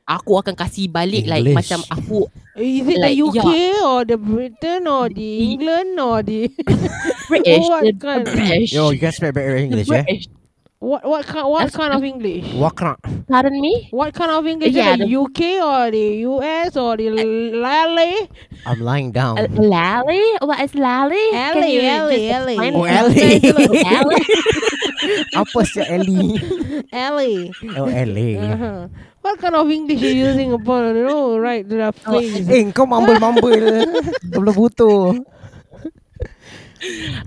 [SPEAKER 3] aku akan kasih balik like
[SPEAKER 1] English.
[SPEAKER 3] macam aku
[SPEAKER 2] Is it the
[SPEAKER 3] Like, ya.
[SPEAKER 2] UK
[SPEAKER 3] yeah.
[SPEAKER 2] or the Britain or the England or the
[SPEAKER 3] British
[SPEAKER 2] what
[SPEAKER 3] the
[SPEAKER 2] kind?
[SPEAKER 3] British
[SPEAKER 1] Yo, you guys speak better English, eh?
[SPEAKER 3] British.
[SPEAKER 2] what what kind what
[SPEAKER 3] That's-
[SPEAKER 2] kind of English?
[SPEAKER 1] Walk around.
[SPEAKER 3] pardon me
[SPEAKER 2] What kind of English?
[SPEAKER 3] Yeah,
[SPEAKER 2] Yeah, the, UK or the US or the Lally?
[SPEAKER 1] I'm lying
[SPEAKER 3] Uh,
[SPEAKER 1] down.
[SPEAKER 3] Lally what is Lally Can
[SPEAKER 2] Lally,
[SPEAKER 3] you
[SPEAKER 2] Lally,
[SPEAKER 3] just
[SPEAKER 2] Lally.
[SPEAKER 3] explain
[SPEAKER 1] Oh,
[SPEAKER 3] it?
[SPEAKER 1] Lally.
[SPEAKER 3] Lally
[SPEAKER 1] Apa si Ellie?
[SPEAKER 2] Ellie.
[SPEAKER 1] Oh, Ellie.
[SPEAKER 2] Uh-huh. What kind of English you using upon you know, right to the
[SPEAKER 3] Oh,
[SPEAKER 2] phrase?
[SPEAKER 1] Eh, kau mumble-mumble. Kau belum butuh.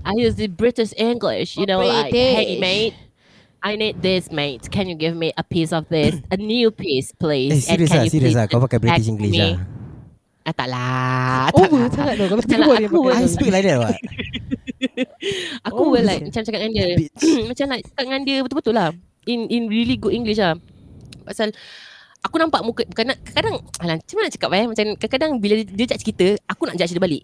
[SPEAKER 3] I use the British English, you know, like, hey,
[SPEAKER 2] British.
[SPEAKER 3] mate, I need this, mate. Can you give me a piece of this? A new piece,
[SPEAKER 1] Eh,
[SPEAKER 3] please.
[SPEAKER 1] serius lah,
[SPEAKER 3] can you
[SPEAKER 1] serius
[SPEAKER 3] please
[SPEAKER 1] lah. Kau
[SPEAKER 3] send
[SPEAKER 1] pakai
[SPEAKER 3] back
[SPEAKER 1] British
[SPEAKER 3] to
[SPEAKER 1] English
[SPEAKER 3] me?"
[SPEAKER 1] lah.
[SPEAKER 3] Ah, tak lah. tak
[SPEAKER 2] Over
[SPEAKER 3] lah.
[SPEAKER 2] Oh, sangat tau kalau
[SPEAKER 3] Macam
[SPEAKER 2] Singapore
[SPEAKER 3] lah
[SPEAKER 2] dia
[SPEAKER 3] aku
[SPEAKER 2] pakai.
[SPEAKER 1] I speak like that, what?
[SPEAKER 3] Aku
[SPEAKER 2] Oh,
[SPEAKER 3] will like,
[SPEAKER 2] sial.
[SPEAKER 3] macam cakap dengan dia.
[SPEAKER 1] Bitch.
[SPEAKER 3] macam like, cakap dengan dia betul-betul lah. In in really good English lah. Pasal, aku nampak muka, kadang, kadang alah, macam mana nak cakap eh? Macam kadang-kadang bila dia, dia judge kita, aku nak judge dia balik.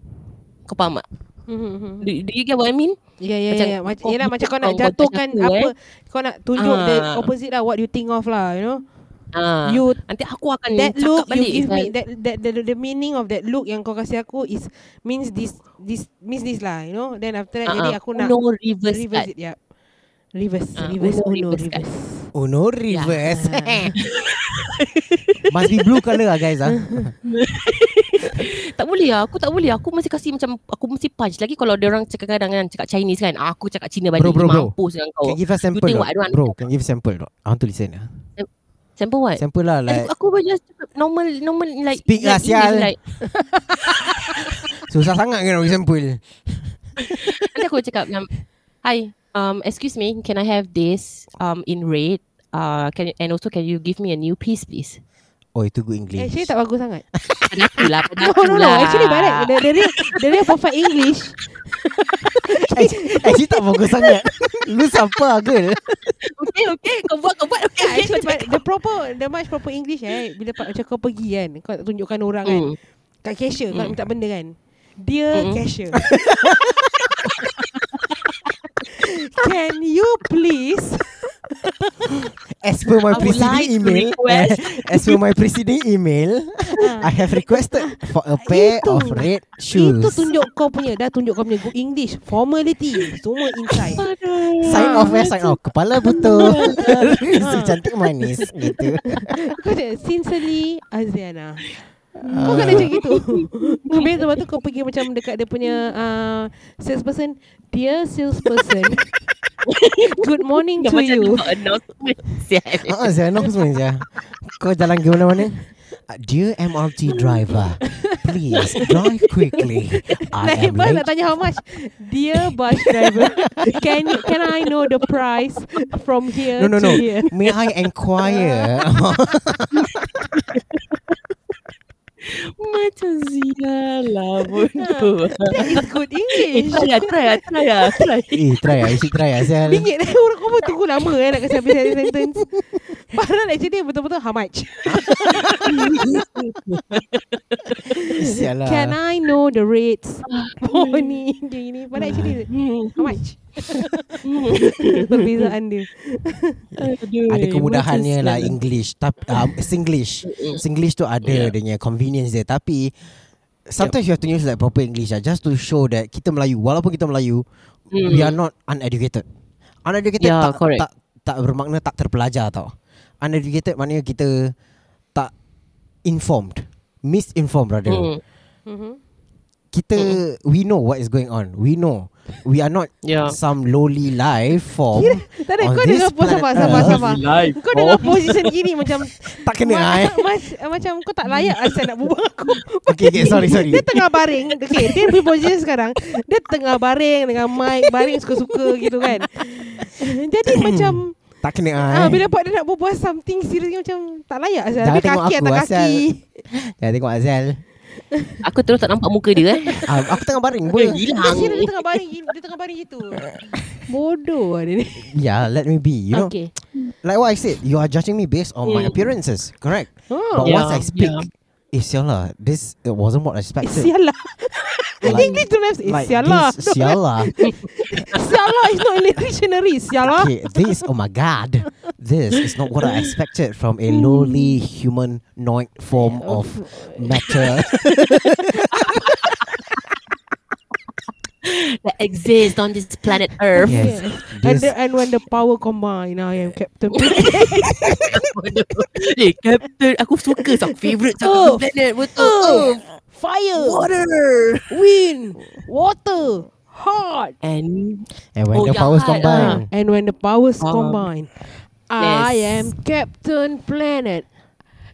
[SPEAKER 3] Kau faham tak?
[SPEAKER 2] Mhm, mhm.
[SPEAKER 3] Do, do you get what I mean?
[SPEAKER 2] Ya ya ya
[SPEAKER 3] Hmm, Macam oh,
[SPEAKER 2] macam
[SPEAKER 3] kau-
[SPEAKER 2] yalah macam kau nak
[SPEAKER 3] kau- kau
[SPEAKER 2] jatuhkan
[SPEAKER 3] jatuh,
[SPEAKER 2] apa kau nak tunjuk the
[SPEAKER 3] eh. Ah.
[SPEAKER 2] opposite lah what you think of lah you know
[SPEAKER 3] Ah,
[SPEAKER 2] you
[SPEAKER 3] nanti aku akan
[SPEAKER 2] that
[SPEAKER 3] cakap
[SPEAKER 2] look you
[SPEAKER 3] balik. kan?
[SPEAKER 2] give
[SPEAKER 3] pasal-
[SPEAKER 2] me that, that the, the meaning of that look yang kau kasih aku is means this this means this lah you know then after that
[SPEAKER 3] Ah,
[SPEAKER 2] jadi
[SPEAKER 3] ah.
[SPEAKER 2] aku nak
[SPEAKER 3] Uno reverse card.
[SPEAKER 2] reverse it yep reverse
[SPEAKER 3] Ah,
[SPEAKER 2] reverse
[SPEAKER 3] Uno
[SPEAKER 2] uno
[SPEAKER 3] reverse card.
[SPEAKER 2] reverse
[SPEAKER 1] Oh, no reverse. Must be blue colour lah, guys. ah.
[SPEAKER 3] Tak boleh lah Aku tak boleh Aku mesti kasih macam Aku mesti punch Lagi kalau dia orang cakap kadang kan Cakap Chinese kan Aku cakap Cina balik
[SPEAKER 1] Bro, bro, bro.
[SPEAKER 3] Mampus dengan kau
[SPEAKER 1] Can give us sample,
[SPEAKER 3] You think
[SPEAKER 1] not?
[SPEAKER 3] what I don't
[SPEAKER 1] bro. Can give sample, not? I want to listen. ah.
[SPEAKER 3] Sample what?
[SPEAKER 1] Sample lah, like
[SPEAKER 3] aku, aku just cakap normal Normal like
[SPEAKER 1] Speak lah,
[SPEAKER 3] like English,
[SPEAKER 1] sial.
[SPEAKER 3] like,
[SPEAKER 1] susah sangat kan nak bagi sample.
[SPEAKER 3] Nanti aku cakap macam Hi um, Excuse me Can I have this um, In red uh, can And also can you give me a new piece please
[SPEAKER 1] Oh, itu good English.
[SPEAKER 2] actually tak bagus sangat
[SPEAKER 3] Pada aku lah Pada
[SPEAKER 2] no
[SPEAKER 3] aku
[SPEAKER 2] no no
[SPEAKER 3] lah
[SPEAKER 2] actually balik the, the real the real perfect English
[SPEAKER 1] actually, actually Eh, tak bagus sangat. Lu siapa, girl?
[SPEAKER 3] Okay okay Kau buat kau buat Okay,
[SPEAKER 2] Yeah,
[SPEAKER 3] okay
[SPEAKER 2] actually, but Kan? the proper, the much proper English eh. Bila pa- macam kau pergi kan, kau nak tunjukkan orang kan.
[SPEAKER 3] Mm.
[SPEAKER 2] Kat cashier, kau nak
[SPEAKER 3] Mm.
[SPEAKER 2] minta benda kan. Dear
[SPEAKER 3] Mm.
[SPEAKER 2] cashier. Can you please
[SPEAKER 1] As per my
[SPEAKER 3] I would
[SPEAKER 1] preceding
[SPEAKER 3] like to
[SPEAKER 1] email,
[SPEAKER 3] request.
[SPEAKER 1] as per my preceding email, I have requested for a pair
[SPEAKER 2] Itu.
[SPEAKER 1] of red shoes.
[SPEAKER 2] Itu tunjuk kau punya Dah tunjuk kau punya good English Formality Semua inside
[SPEAKER 1] Sign off eh, sign off. Kepala betul. Rizal cantik manis gitu.
[SPEAKER 2] Kau cakap Sincerely Aziana Kau kena macam gitu Habis lepas tu kau pergi macam Dekat dia punya uh, Salesperson Dear salesperson Good morning
[SPEAKER 3] Yang
[SPEAKER 2] to
[SPEAKER 3] macam
[SPEAKER 2] you
[SPEAKER 3] kau announcement Sial
[SPEAKER 1] Ah, uh, saya nak semua saya. Kau jalan ke mana-mana? Uh, Dear MRT driver, please drive quickly. I am
[SPEAKER 2] Driver nak
[SPEAKER 1] late.
[SPEAKER 2] tanya how much Dear bus driver Can can I know the price From here
[SPEAKER 1] No, no,
[SPEAKER 2] to
[SPEAKER 1] no.
[SPEAKER 2] here
[SPEAKER 1] May I inquire?
[SPEAKER 3] Macam Zia lah bodoh.
[SPEAKER 2] That is good
[SPEAKER 3] Eh,
[SPEAKER 2] English
[SPEAKER 3] try lah, try lah, try lah, try.
[SPEAKER 1] eh, try lah. You should try lah. Sial.
[SPEAKER 2] Bingit lah Orang kau pun tunggu lama eh, Nak kasi habis satu sentence Padahal actually Betul-betul how much
[SPEAKER 1] Sial lah.
[SPEAKER 2] Can I know the rates Pony Gini Padahal actually How much Perbezaan dia
[SPEAKER 1] Ada kemudahannya lah English. Tapi um, Singlish. Singlish tu ada yeah.
[SPEAKER 3] Yeah.
[SPEAKER 1] dia punya convenience dia. Tapi sometimes you have to use like proper English lah. Just to show that kita Melayu. Walaupun kita Melayu,
[SPEAKER 3] Mm.
[SPEAKER 1] we are not uneducated. Uneducated
[SPEAKER 3] Yeah,
[SPEAKER 1] tak,
[SPEAKER 3] correct.
[SPEAKER 1] tak tak bermakna tak terpelajar tau. Uneducated maknanya kita tak informed. Misinformed rather.
[SPEAKER 3] Mm.
[SPEAKER 2] Mhm.
[SPEAKER 1] Kita we know what is going on. We know. We are not
[SPEAKER 3] Yeah.
[SPEAKER 1] some lowly life form.
[SPEAKER 2] Tak ada
[SPEAKER 1] On
[SPEAKER 2] kau
[SPEAKER 1] Oh, this
[SPEAKER 2] dengar pun sabar
[SPEAKER 1] planet
[SPEAKER 2] sabar
[SPEAKER 1] Earth.
[SPEAKER 2] sabar Kau dengar position gini macam
[SPEAKER 1] tak Oh. kena
[SPEAKER 2] ma-
[SPEAKER 1] ah, eh.
[SPEAKER 2] mas- eh, Macam kau tak layak Aisyah nak berbual aku
[SPEAKER 1] Okay, okay, sorry, sorry.
[SPEAKER 2] Dia tengah baring Okay dia punya position sekarang Dia tengah baring Dengan mic Baring suka-suka gitu kan Jadi macam
[SPEAKER 1] Tak kena ah.
[SPEAKER 2] Ah,
[SPEAKER 1] eh.
[SPEAKER 2] bila pak dia nak berbual something serius ni macam tak layak asal.
[SPEAKER 1] Jangan
[SPEAKER 2] Dia
[SPEAKER 1] tengok
[SPEAKER 2] kaki
[SPEAKER 1] aku,
[SPEAKER 2] atas
[SPEAKER 1] Azal.
[SPEAKER 2] kaki.
[SPEAKER 1] Ya tengok Azal
[SPEAKER 3] Aku terus tak nampak muka dia eh.
[SPEAKER 1] Ah, aku tengah baring
[SPEAKER 3] Dia
[SPEAKER 1] pun.
[SPEAKER 3] hilang.
[SPEAKER 2] Kesian dia tengah baring gini- Dia tengah baring gitu Bodoh lah dia ni
[SPEAKER 1] Yeah, Ya, let me be. You know,
[SPEAKER 2] Okay
[SPEAKER 1] like what I said, you are judging me based on my
[SPEAKER 3] Mm.
[SPEAKER 1] appearances, correct?
[SPEAKER 2] oh.
[SPEAKER 1] But
[SPEAKER 3] Yeah,
[SPEAKER 1] once I speak,
[SPEAKER 3] yeah.
[SPEAKER 1] eh, sialah, this it wasn't what I
[SPEAKER 2] Eh
[SPEAKER 1] expected.
[SPEAKER 2] sial lah
[SPEAKER 1] Like-
[SPEAKER 2] English don't have Eh
[SPEAKER 1] Like
[SPEAKER 2] sial lah
[SPEAKER 1] this, sialah.
[SPEAKER 2] Sial lah It's not in the dictionary Sial lah
[SPEAKER 1] Okay, this, oh my god, this is not what I expected from a lowly humanoid form of matter.
[SPEAKER 3] That exists on this planet Earth.
[SPEAKER 1] yes, this,
[SPEAKER 2] and, the, and when the power combine I am Captain
[SPEAKER 3] eh, Captain, aku suka sah. Favorite sah.
[SPEAKER 2] Earth.
[SPEAKER 3] Planet betul. Oh,
[SPEAKER 2] Earth. Fire
[SPEAKER 3] Water.
[SPEAKER 2] Wind Water Heart Ah,
[SPEAKER 3] And
[SPEAKER 1] and when
[SPEAKER 3] Oh,
[SPEAKER 1] the powers
[SPEAKER 3] jahat
[SPEAKER 1] combine,
[SPEAKER 2] And when the powers
[SPEAKER 3] Um,
[SPEAKER 2] combine I
[SPEAKER 3] yes.
[SPEAKER 2] am Captain Planet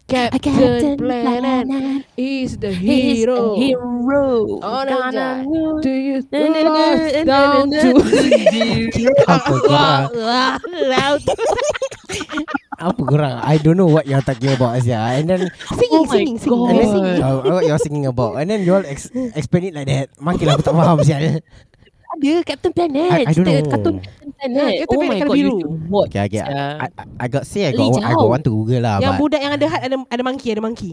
[SPEAKER 2] Captain, Planet, is the hero.
[SPEAKER 3] hero.
[SPEAKER 2] On a
[SPEAKER 3] Kanan hero.
[SPEAKER 2] Do you
[SPEAKER 3] Na-
[SPEAKER 2] lost
[SPEAKER 3] na- na- na-
[SPEAKER 2] down
[SPEAKER 3] na-
[SPEAKER 2] to uh.
[SPEAKER 1] apa gerak?
[SPEAKER 2] loud?
[SPEAKER 1] Apa gerak? I don't know what you're talking about, Asia. And then
[SPEAKER 2] Singing,
[SPEAKER 3] Oh my
[SPEAKER 2] singing, singing.
[SPEAKER 3] God.
[SPEAKER 1] And
[SPEAKER 2] And
[SPEAKER 1] then
[SPEAKER 2] then singing.
[SPEAKER 1] uh, what you're singing about And then you all ex- explain it like that Makin aku tak faham sial
[SPEAKER 3] Ada Captain Planet.
[SPEAKER 1] I- I don't
[SPEAKER 3] Cerita
[SPEAKER 1] know.
[SPEAKER 3] Kartun Captain Planet.
[SPEAKER 2] Yeah, Captain
[SPEAKER 3] oh my
[SPEAKER 2] Planet
[SPEAKER 3] god,
[SPEAKER 2] biru.
[SPEAKER 3] you should watch.
[SPEAKER 1] Okay, okay.
[SPEAKER 3] Yeah.
[SPEAKER 1] I, I, I got say I got, one, I got
[SPEAKER 3] Lijau.
[SPEAKER 1] one to Google lah
[SPEAKER 2] Yang
[SPEAKER 1] but
[SPEAKER 2] budak yang ada hat ada ada monkey, ada monkey.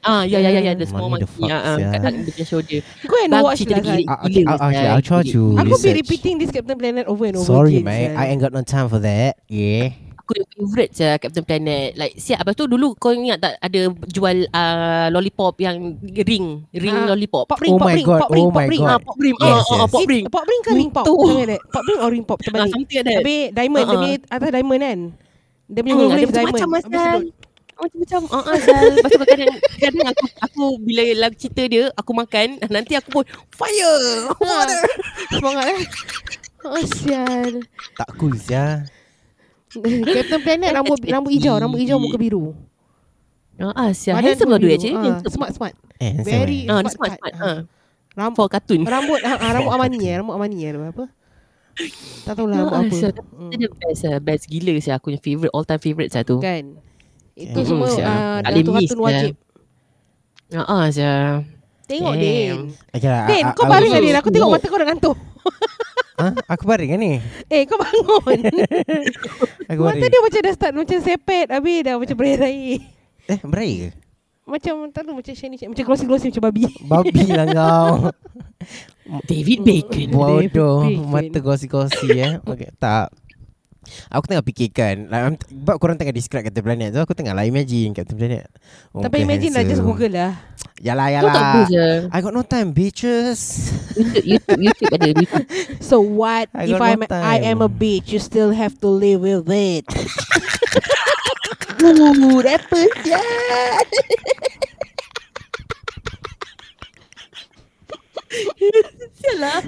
[SPEAKER 3] Ah, ya, ya, ya, ya. The
[SPEAKER 1] Money
[SPEAKER 3] small
[SPEAKER 1] the
[SPEAKER 3] monkey.
[SPEAKER 1] fuck,
[SPEAKER 3] Ya, ah,
[SPEAKER 1] sia.
[SPEAKER 3] kat dalam dia punya show dia.
[SPEAKER 2] Go and
[SPEAKER 3] Bang,
[SPEAKER 2] watch
[SPEAKER 3] cerita
[SPEAKER 2] lah. Zat.
[SPEAKER 3] gila.
[SPEAKER 1] Ah, okay, ah, okay, I'll try to
[SPEAKER 2] Aku be
[SPEAKER 1] research.
[SPEAKER 2] repeating this Captain Planet over and over
[SPEAKER 1] Sorry
[SPEAKER 2] again.
[SPEAKER 1] mate
[SPEAKER 2] Zat.
[SPEAKER 1] I ain't got no time for that Yeah
[SPEAKER 3] Aku yang favorite je Captain Planet. Like siap lepas tu dulu kau ingat tak ada jual uh, lollipop yang ring, ring
[SPEAKER 2] Ah,
[SPEAKER 3] lollipop.
[SPEAKER 2] Pop ring,
[SPEAKER 1] Oh
[SPEAKER 2] pop
[SPEAKER 1] my
[SPEAKER 2] ring,
[SPEAKER 1] God,
[SPEAKER 2] pop ring,
[SPEAKER 1] oh
[SPEAKER 2] pop
[SPEAKER 1] my
[SPEAKER 2] ring.
[SPEAKER 1] God.
[SPEAKER 2] Ah,
[SPEAKER 3] Ah, pop ring.
[SPEAKER 1] Yes,
[SPEAKER 3] ah, ah, ah,
[SPEAKER 1] yes.
[SPEAKER 3] pop ring.
[SPEAKER 2] Pop ring ke ring pop?
[SPEAKER 3] Itu.
[SPEAKER 2] Something like that. Pop ring or ring pop
[SPEAKER 3] Ah,
[SPEAKER 2] terbalik.
[SPEAKER 3] something like that.
[SPEAKER 2] Habis diamond, dia
[SPEAKER 3] Ah,
[SPEAKER 2] punya atas diamond kan? Dia punya
[SPEAKER 3] Hmm,
[SPEAKER 2] huruf
[SPEAKER 3] ada
[SPEAKER 2] dia diamond.
[SPEAKER 3] macam-macam,
[SPEAKER 2] Habis
[SPEAKER 3] Azal.
[SPEAKER 2] sedut.
[SPEAKER 3] Macam-macam uh, Azal Lepas tu kadang Kadang aku Aku bila lagu cerita dia Aku makan Nanti aku pun
[SPEAKER 2] Ah.
[SPEAKER 3] Fire Water
[SPEAKER 2] Semangat eh. Oh sial.
[SPEAKER 1] Tak cool sial
[SPEAKER 2] Captain Planet rambut rambut hijau, rambut hijau muka biru.
[SPEAKER 3] uh, ah, Sial
[SPEAKER 2] Badan
[SPEAKER 3] Handsome
[SPEAKER 2] pun
[SPEAKER 3] lah
[SPEAKER 2] biru.
[SPEAKER 3] duit actually
[SPEAKER 2] Ah,
[SPEAKER 3] Handsome.
[SPEAKER 2] Smart smart.
[SPEAKER 1] Eh handsome,
[SPEAKER 2] Very
[SPEAKER 1] eh.
[SPEAKER 3] Ah, dia
[SPEAKER 2] smart
[SPEAKER 3] smart,
[SPEAKER 2] cut.
[SPEAKER 3] smart.
[SPEAKER 2] Ah.
[SPEAKER 3] ah.
[SPEAKER 2] Rambut
[SPEAKER 3] For cartoon
[SPEAKER 2] rambut ah, ah, rambut amani eh, rambut amani eh, rambut apa? Tak tahu lah rambut
[SPEAKER 3] Ah,
[SPEAKER 2] apa.
[SPEAKER 3] sial.
[SPEAKER 2] Hmm.
[SPEAKER 3] Dia the best lah Best gila saya Aku punya favourite All time favourite saya tu
[SPEAKER 2] Kan. Itu
[SPEAKER 3] Mm,
[SPEAKER 2] semua
[SPEAKER 3] sial.
[SPEAKER 2] ah,
[SPEAKER 3] Tak boleh
[SPEAKER 2] Datuk
[SPEAKER 3] miss
[SPEAKER 2] Hatun
[SPEAKER 3] lah.
[SPEAKER 2] wajib.
[SPEAKER 3] ah, ah, saya
[SPEAKER 2] Tengok
[SPEAKER 3] Damn. Ah,
[SPEAKER 2] Din.
[SPEAKER 1] Okay lah I-
[SPEAKER 2] Din,
[SPEAKER 1] I-
[SPEAKER 2] kau
[SPEAKER 1] I
[SPEAKER 2] baring
[SPEAKER 1] was-
[SPEAKER 2] lah Din. Aku tengok
[SPEAKER 3] Oh.
[SPEAKER 2] mata kau dah ngantuk.
[SPEAKER 1] Ha? Aku baring kan ni
[SPEAKER 2] Eh, kau bangun.
[SPEAKER 1] Aku
[SPEAKER 2] Mata
[SPEAKER 1] baring
[SPEAKER 2] dia macam dah start macam sepet habis dah macam berair-air.
[SPEAKER 1] Eh berair ke?
[SPEAKER 2] Macam tak tahu macam shiny macam glossy-glossy macam babi.
[SPEAKER 1] Babi lah kau
[SPEAKER 3] David Bacon
[SPEAKER 1] Bodoh
[SPEAKER 2] Bacon.
[SPEAKER 1] Mata gosi-gosi eh okay, Tak Aku tengah fikirkan like, I'm- Sebab korang tengah describe Captain Planet So aku tengah lah imagine Captain Planet Oh,
[SPEAKER 2] Tapi
[SPEAKER 1] muka
[SPEAKER 2] imagine lah just
[SPEAKER 1] handsome.
[SPEAKER 2] Google lah.
[SPEAKER 1] Yalah
[SPEAKER 3] Kau tak
[SPEAKER 1] yalah
[SPEAKER 3] bagus je
[SPEAKER 1] I got no time bitches
[SPEAKER 3] YouTube, YouTube, YouTube ada YouTube.
[SPEAKER 2] So what
[SPEAKER 1] I
[SPEAKER 2] if
[SPEAKER 1] got no
[SPEAKER 2] I'm I am a
[SPEAKER 1] time.
[SPEAKER 2] bitch? You still have to live with it. Ooh, rapper ya.
[SPEAKER 3] Sialah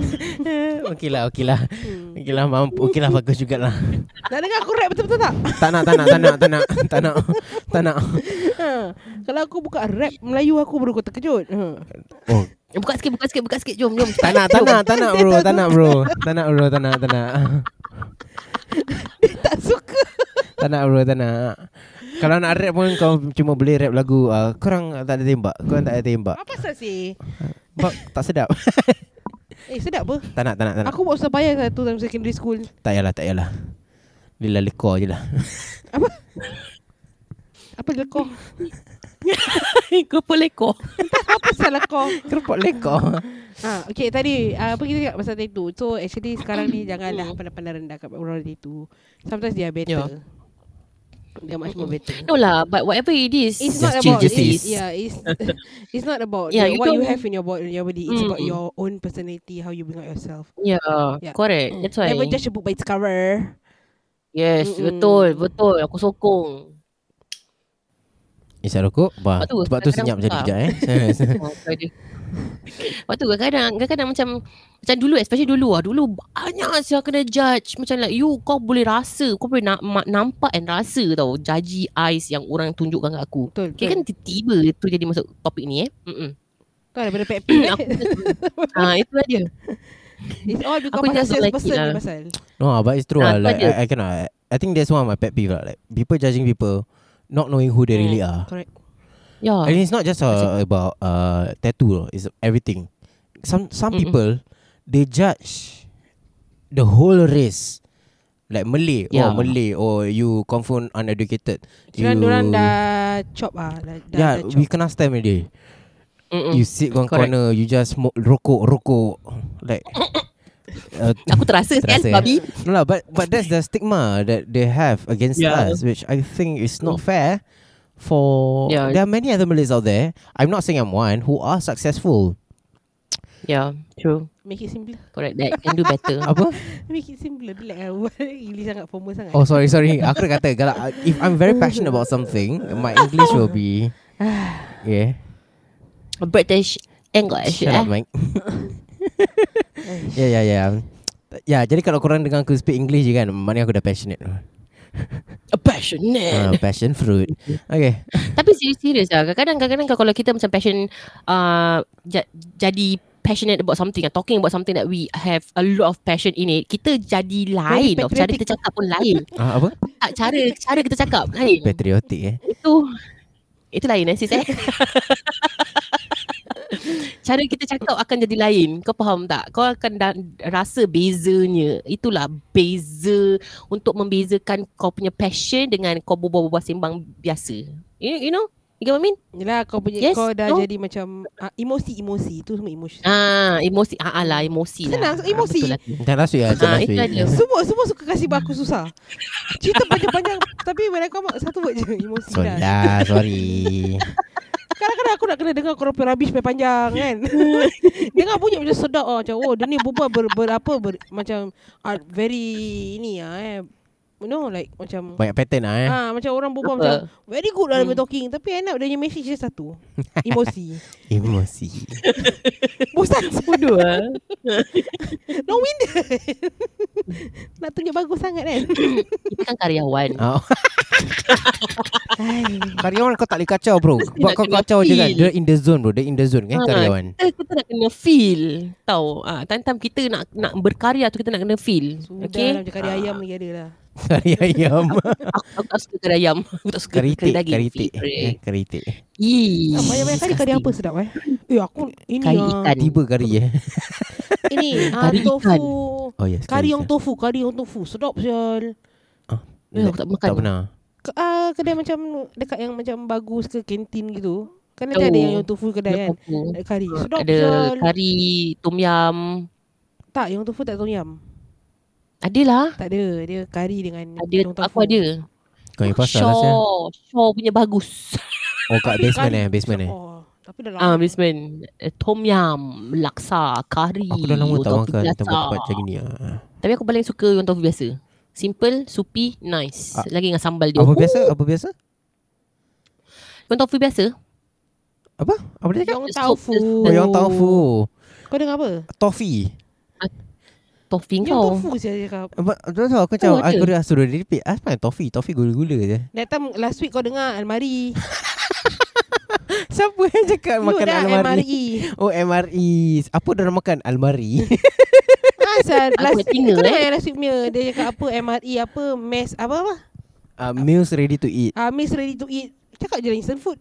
[SPEAKER 1] Okey lah, okey lah. Okey lah, mampu. Okey lah, bagus jugalah.
[SPEAKER 2] Nak dengar aku rap betul-betul tak?
[SPEAKER 1] Tak nak, tak nak, tak nak, tak nak. Tak nak. Tak nak.
[SPEAKER 2] Ha. Kalau aku buka rap Melayu aku baru kau terkejut. Ha.
[SPEAKER 1] Oh.
[SPEAKER 3] Buka sikit, buka sikit, buka sikit Jom, jom
[SPEAKER 1] Tak nak, tak nak, tak nak bro, tak nak bro. Tak nak bro, tak nak, tak nak.
[SPEAKER 2] Tak suka.
[SPEAKER 1] Tak nak bro, tak nak. Kalau nak rap pun kau cuma boleh rap lagu uh, Korang tak ada tembak Korang tak ada tembak
[SPEAKER 2] Apa pasal sih?
[SPEAKER 1] Sebab tak sedap
[SPEAKER 2] Eh sedap apa?
[SPEAKER 1] Tak nak, tak nak, tak nak
[SPEAKER 2] Aku buat susah payah satu dalam secondary school.
[SPEAKER 1] Tak payahlah, tak payahlah Lila lekor je lah
[SPEAKER 2] Apa? Apa lekor?
[SPEAKER 3] Kau pun lekor
[SPEAKER 2] Apa lah salah lekor?
[SPEAKER 1] Kerpok lekor
[SPEAKER 2] Ha, okay tadi uh, apa kita cakap pasal tattoo. So actually sekarang ni janganlah pandang-pandang rendah kat orang tattoo. Sometimes they are better.
[SPEAKER 3] Yeah.
[SPEAKER 2] They are much more better.
[SPEAKER 3] No lah, but whatever it is
[SPEAKER 1] Just
[SPEAKER 2] It's not
[SPEAKER 1] change the
[SPEAKER 2] about
[SPEAKER 1] face.
[SPEAKER 2] it's, yeah, it's it's not about
[SPEAKER 3] Yeah,
[SPEAKER 2] the-
[SPEAKER 3] you
[SPEAKER 2] what you
[SPEAKER 3] don't-
[SPEAKER 2] have in your body, your body. It's about
[SPEAKER 3] Mm.
[SPEAKER 2] your own personality, how you bring out yourself.
[SPEAKER 3] Yeah,
[SPEAKER 2] Yeah.
[SPEAKER 3] yeah. Mm. correct. That's why.
[SPEAKER 2] Never judge a book by its cover.
[SPEAKER 3] Yes,
[SPEAKER 2] Mm-mm.
[SPEAKER 3] betul, betul. Aku sokong.
[SPEAKER 1] Isap rokok bah.
[SPEAKER 3] Lepas tu,
[SPEAKER 1] Sebab tu
[SPEAKER 3] kadang-kadang
[SPEAKER 1] senyap jadi
[SPEAKER 3] buka.
[SPEAKER 1] kejap eh
[SPEAKER 3] Oh, kau ada. Lepas tu kadang-kadang, kadang-kadang macam macam dulu especially dulu ah dulu banyak saya kena judge macam like you kau boleh rasa kau boleh na- ma- nampak and rasa tau jaji eyes yang orang tunjukkan kat aku
[SPEAKER 2] Betul.
[SPEAKER 3] okay, kan tiba-tiba tu jadi masuk topik ni eh Mm-mm.
[SPEAKER 2] Kau ada benda pet peeve.
[SPEAKER 3] Aku
[SPEAKER 2] eh?
[SPEAKER 3] ah itu lah dia
[SPEAKER 2] It's all because
[SPEAKER 3] Aku
[SPEAKER 2] pasal
[SPEAKER 3] just don't like it
[SPEAKER 2] salesperson ni
[SPEAKER 3] lah.
[SPEAKER 2] pasal.
[SPEAKER 1] No, but it's true
[SPEAKER 3] Ah,
[SPEAKER 1] lah.
[SPEAKER 3] tu
[SPEAKER 1] Like,
[SPEAKER 3] ada.
[SPEAKER 1] I, I cannot. I think that's one of my pet peeve lah. Like people judging people, not knowing who they
[SPEAKER 3] Hmm,
[SPEAKER 1] really are.
[SPEAKER 2] Correct.
[SPEAKER 3] Yeah.
[SPEAKER 1] And it's not just uh, about uh, tattoo. It's everything. Some some
[SPEAKER 3] Mm-mm.
[SPEAKER 1] people they judge the whole race. Like Malay,
[SPEAKER 3] Yeah.
[SPEAKER 1] oh Malay, or you confirm uneducated.
[SPEAKER 2] Kira
[SPEAKER 1] you-
[SPEAKER 2] orang dah chop ah. Dah, dah,
[SPEAKER 1] yeah,
[SPEAKER 2] dah
[SPEAKER 1] we
[SPEAKER 2] chop.
[SPEAKER 1] kena stem already.
[SPEAKER 3] Mm-mm.
[SPEAKER 1] You sit one
[SPEAKER 3] Mm. Correct.
[SPEAKER 1] corner, you just smoke rokok rokok like. Uh,
[SPEAKER 3] Aku terasa, kan
[SPEAKER 1] Terasa, eh?
[SPEAKER 3] babi.
[SPEAKER 1] no lah, but but that's the stigma that they have against
[SPEAKER 3] Yeah. Mm.
[SPEAKER 1] us, which I think is not fair. For
[SPEAKER 3] Yeah.
[SPEAKER 1] there are many other Malays out there. I'm not saying I'm one who are successful.
[SPEAKER 3] Yeah, Ya, true.
[SPEAKER 2] Make it simpler.
[SPEAKER 3] Correct that. Can do better.
[SPEAKER 1] Apa?
[SPEAKER 2] Make it simpler. Bila kan. Ili sangat formal sangat.
[SPEAKER 1] Oh sorry sorry. Aku dah kata kalau if I'm very passionate about something, my English will be yeah.
[SPEAKER 3] British English.
[SPEAKER 1] Shut
[SPEAKER 3] eh?
[SPEAKER 1] up, Mike. yeah, yeah, yeah. Ya, yeah, jadi kalau korang dengar aku speak English je kan, maknanya aku dah passionate.
[SPEAKER 3] Passionate.
[SPEAKER 1] Uh, passion fruit. Okay.
[SPEAKER 3] Ah. Tapi serius-serius lah Kadang-kadang kadang-kadang kalau kita macam passion uh, ja- Jadi passionate about something uh, Talking about something that we have a lot of passion in it Kita jadi lain tau. Cara kita cakap pun lain
[SPEAKER 1] Uh, apa?
[SPEAKER 3] Tak, Cara cara kita cakap lain
[SPEAKER 1] Patriotic eh.
[SPEAKER 3] Itu Itu lain eh sis eh Cara kita cakap akan jadi lain Kau faham tak? Kau akan da- rasa bezanya Itulah beza Untuk membezakan kau punya passion Dengan kau berbual-bual sembang biasa You, you know? You get what I mean?
[SPEAKER 2] Yelah kau punya
[SPEAKER 3] Yes,
[SPEAKER 2] kau dah
[SPEAKER 3] no?
[SPEAKER 2] jadi macam ah, emosi-emosi tu semua emosi.
[SPEAKER 3] Ah, emosi. Ah, ah lah, emosi
[SPEAKER 2] Senang,
[SPEAKER 3] lah.
[SPEAKER 2] emosi.
[SPEAKER 3] Ah, betul lah.
[SPEAKER 1] Macam last week lah. Macam
[SPEAKER 3] Ah,
[SPEAKER 1] last
[SPEAKER 3] itu
[SPEAKER 1] week.
[SPEAKER 3] aja.
[SPEAKER 2] Semua semua suka kasih aku susah. Cerita panjang-panjang tapi when I come out satu word je emosi
[SPEAKER 1] Sorry
[SPEAKER 2] dah.
[SPEAKER 1] lah, sorry.
[SPEAKER 2] Kadang-kadang aku nak kena dengar korang punya rubbish punya panjang kan. dengar bunyi macam sedap ah macam oh dia ni berbual ber, ber apa ber, macam ah, very ini ah eh. You know like macam
[SPEAKER 1] Banyak pattern lah eh.
[SPEAKER 2] Ah macam orang berbual
[SPEAKER 3] Apa?
[SPEAKER 2] macam very good lah dia
[SPEAKER 3] Hmm.
[SPEAKER 2] punya talking tapi end up dia punya message dia satu. Emosi.
[SPEAKER 1] Eh, Emosi.
[SPEAKER 2] Bosan
[SPEAKER 3] Bodoh lah.
[SPEAKER 2] No winner Nak tunjuk bagus sangat kan
[SPEAKER 3] Kita kan karyawan.
[SPEAKER 1] Oh, karyawan kau tak boleh kacau bro Sebab
[SPEAKER 3] nak
[SPEAKER 1] kau
[SPEAKER 3] kena
[SPEAKER 1] kacau je kan
[SPEAKER 3] feel.
[SPEAKER 1] Dia in the zone bro Dia in the zone kan
[SPEAKER 3] Ah,
[SPEAKER 1] karyawan
[SPEAKER 3] Kita, kita nak kena feel. Tahu. Ah, time-time kita nak nak berkarya tu kita nak kena feel.
[SPEAKER 2] Sudah okay. lah macam
[SPEAKER 3] okay?
[SPEAKER 1] Ah.
[SPEAKER 2] kari ayam lagi ada lah
[SPEAKER 1] Kari ayam
[SPEAKER 3] Aku, aku tak suka kari ayam. Aku tak suka
[SPEAKER 1] Keritik
[SPEAKER 3] daging.
[SPEAKER 1] Keritik
[SPEAKER 3] Favorite.
[SPEAKER 1] Eh, Keritik
[SPEAKER 3] Ih.
[SPEAKER 2] ah, Banyak-banyak kari kari apa sedap eh Eh aku ini
[SPEAKER 3] Kari
[SPEAKER 2] ah,
[SPEAKER 3] ikan.
[SPEAKER 1] Tiba kari eh
[SPEAKER 2] Ini ah,
[SPEAKER 3] Kari ikan.
[SPEAKER 2] tofu
[SPEAKER 1] Oh yes
[SPEAKER 2] Kari yang
[SPEAKER 1] ikan.
[SPEAKER 2] tofu Kari yang tofu Sedap sial
[SPEAKER 3] Eh, aku tak makan.
[SPEAKER 1] Tak pernah
[SPEAKER 2] Ke, ah, Kedai macam Dekat yang macam bagus ke Kantin gitu Kan ada, ada
[SPEAKER 3] Oh.
[SPEAKER 2] yang yang tofu kedai kan
[SPEAKER 3] Tofu.
[SPEAKER 2] Ada kari Sedap
[SPEAKER 3] Ada
[SPEAKER 2] sial
[SPEAKER 3] kari tom yam.
[SPEAKER 2] Tak yang tofu tak tom yam
[SPEAKER 3] Adalah.
[SPEAKER 2] Tak ada Dia kari dengan
[SPEAKER 3] lah. Ada
[SPEAKER 2] yang
[SPEAKER 3] aku ada.
[SPEAKER 1] Kau yang pasal lah Syah.
[SPEAKER 3] Shaw. Shaw punya bagus.
[SPEAKER 1] Oh kat basement eh
[SPEAKER 2] Kari.
[SPEAKER 1] Basement eh
[SPEAKER 2] oh, Tapi dah lama
[SPEAKER 3] Ah, basement. Eh, Tom yam, laksa, kari.
[SPEAKER 1] Aku dah lama tak
[SPEAKER 3] otak
[SPEAKER 1] makan
[SPEAKER 3] biasa.
[SPEAKER 1] tempat-tempat macam ni ah.
[SPEAKER 3] Tapi aku paling suka yang tofu biasa. Simple, soupy, nice.
[SPEAKER 1] Ah,
[SPEAKER 3] Lagi dengan sambal dia. Oh,
[SPEAKER 1] Apa biasa? Apa biasa?
[SPEAKER 3] Yang tofu biasa.
[SPEAKER 1] Apa? Apa dia cakap?
[SPEAKER 2] Yang
[SPEAKER 3] Just
[SPEAKER 2] tofu
[SPEAKER 1] Oh, yang tofu.
[SPEAKER 2] Kau dengar apa?
[SPEAKER 1] Toffee.
[SPEAKER 3] Tofu
[SPEAKER 2] Yang
[SPEAKER 3] kau.
[SPEAKER 2] tofu saya cakap
[SPEAKER 1] Apa tu aku macam
[SPEAKER 3] Oh, ada.
[SPEAKER 1] aku dah suruh dia repeat. Asma toffee, toffee gula-gula je.
[SPEAKER 2] That time last week kau dengar almari
[SPEAKER 1] Siapa yang cakap
[SPEAKER 2] Makan
[SPEAKER 1] makan
[SPEAKER 2] dah
[SPEAKER 1] almari?
[SPEAKER 2] almari
[SPEAKER 1] Oh MRE. Apa dah makan almari?
[SPEAKER 2] Asal
[SPEAKER 3] Aku
[SPEAKER 2] last
[SPEAKER 3] tinggal,
[SPEAKER 2] Kau dengar
[SPEAKER 3] eh.
[SPEAKER 2] yang last week punya Dia cakap apa MRE Apa mess Apa apa
[SPEAKER 1] uh, meals ready to eat.
[SPEAKER 2] ah, Miss ready to eat Cakap je lah instant food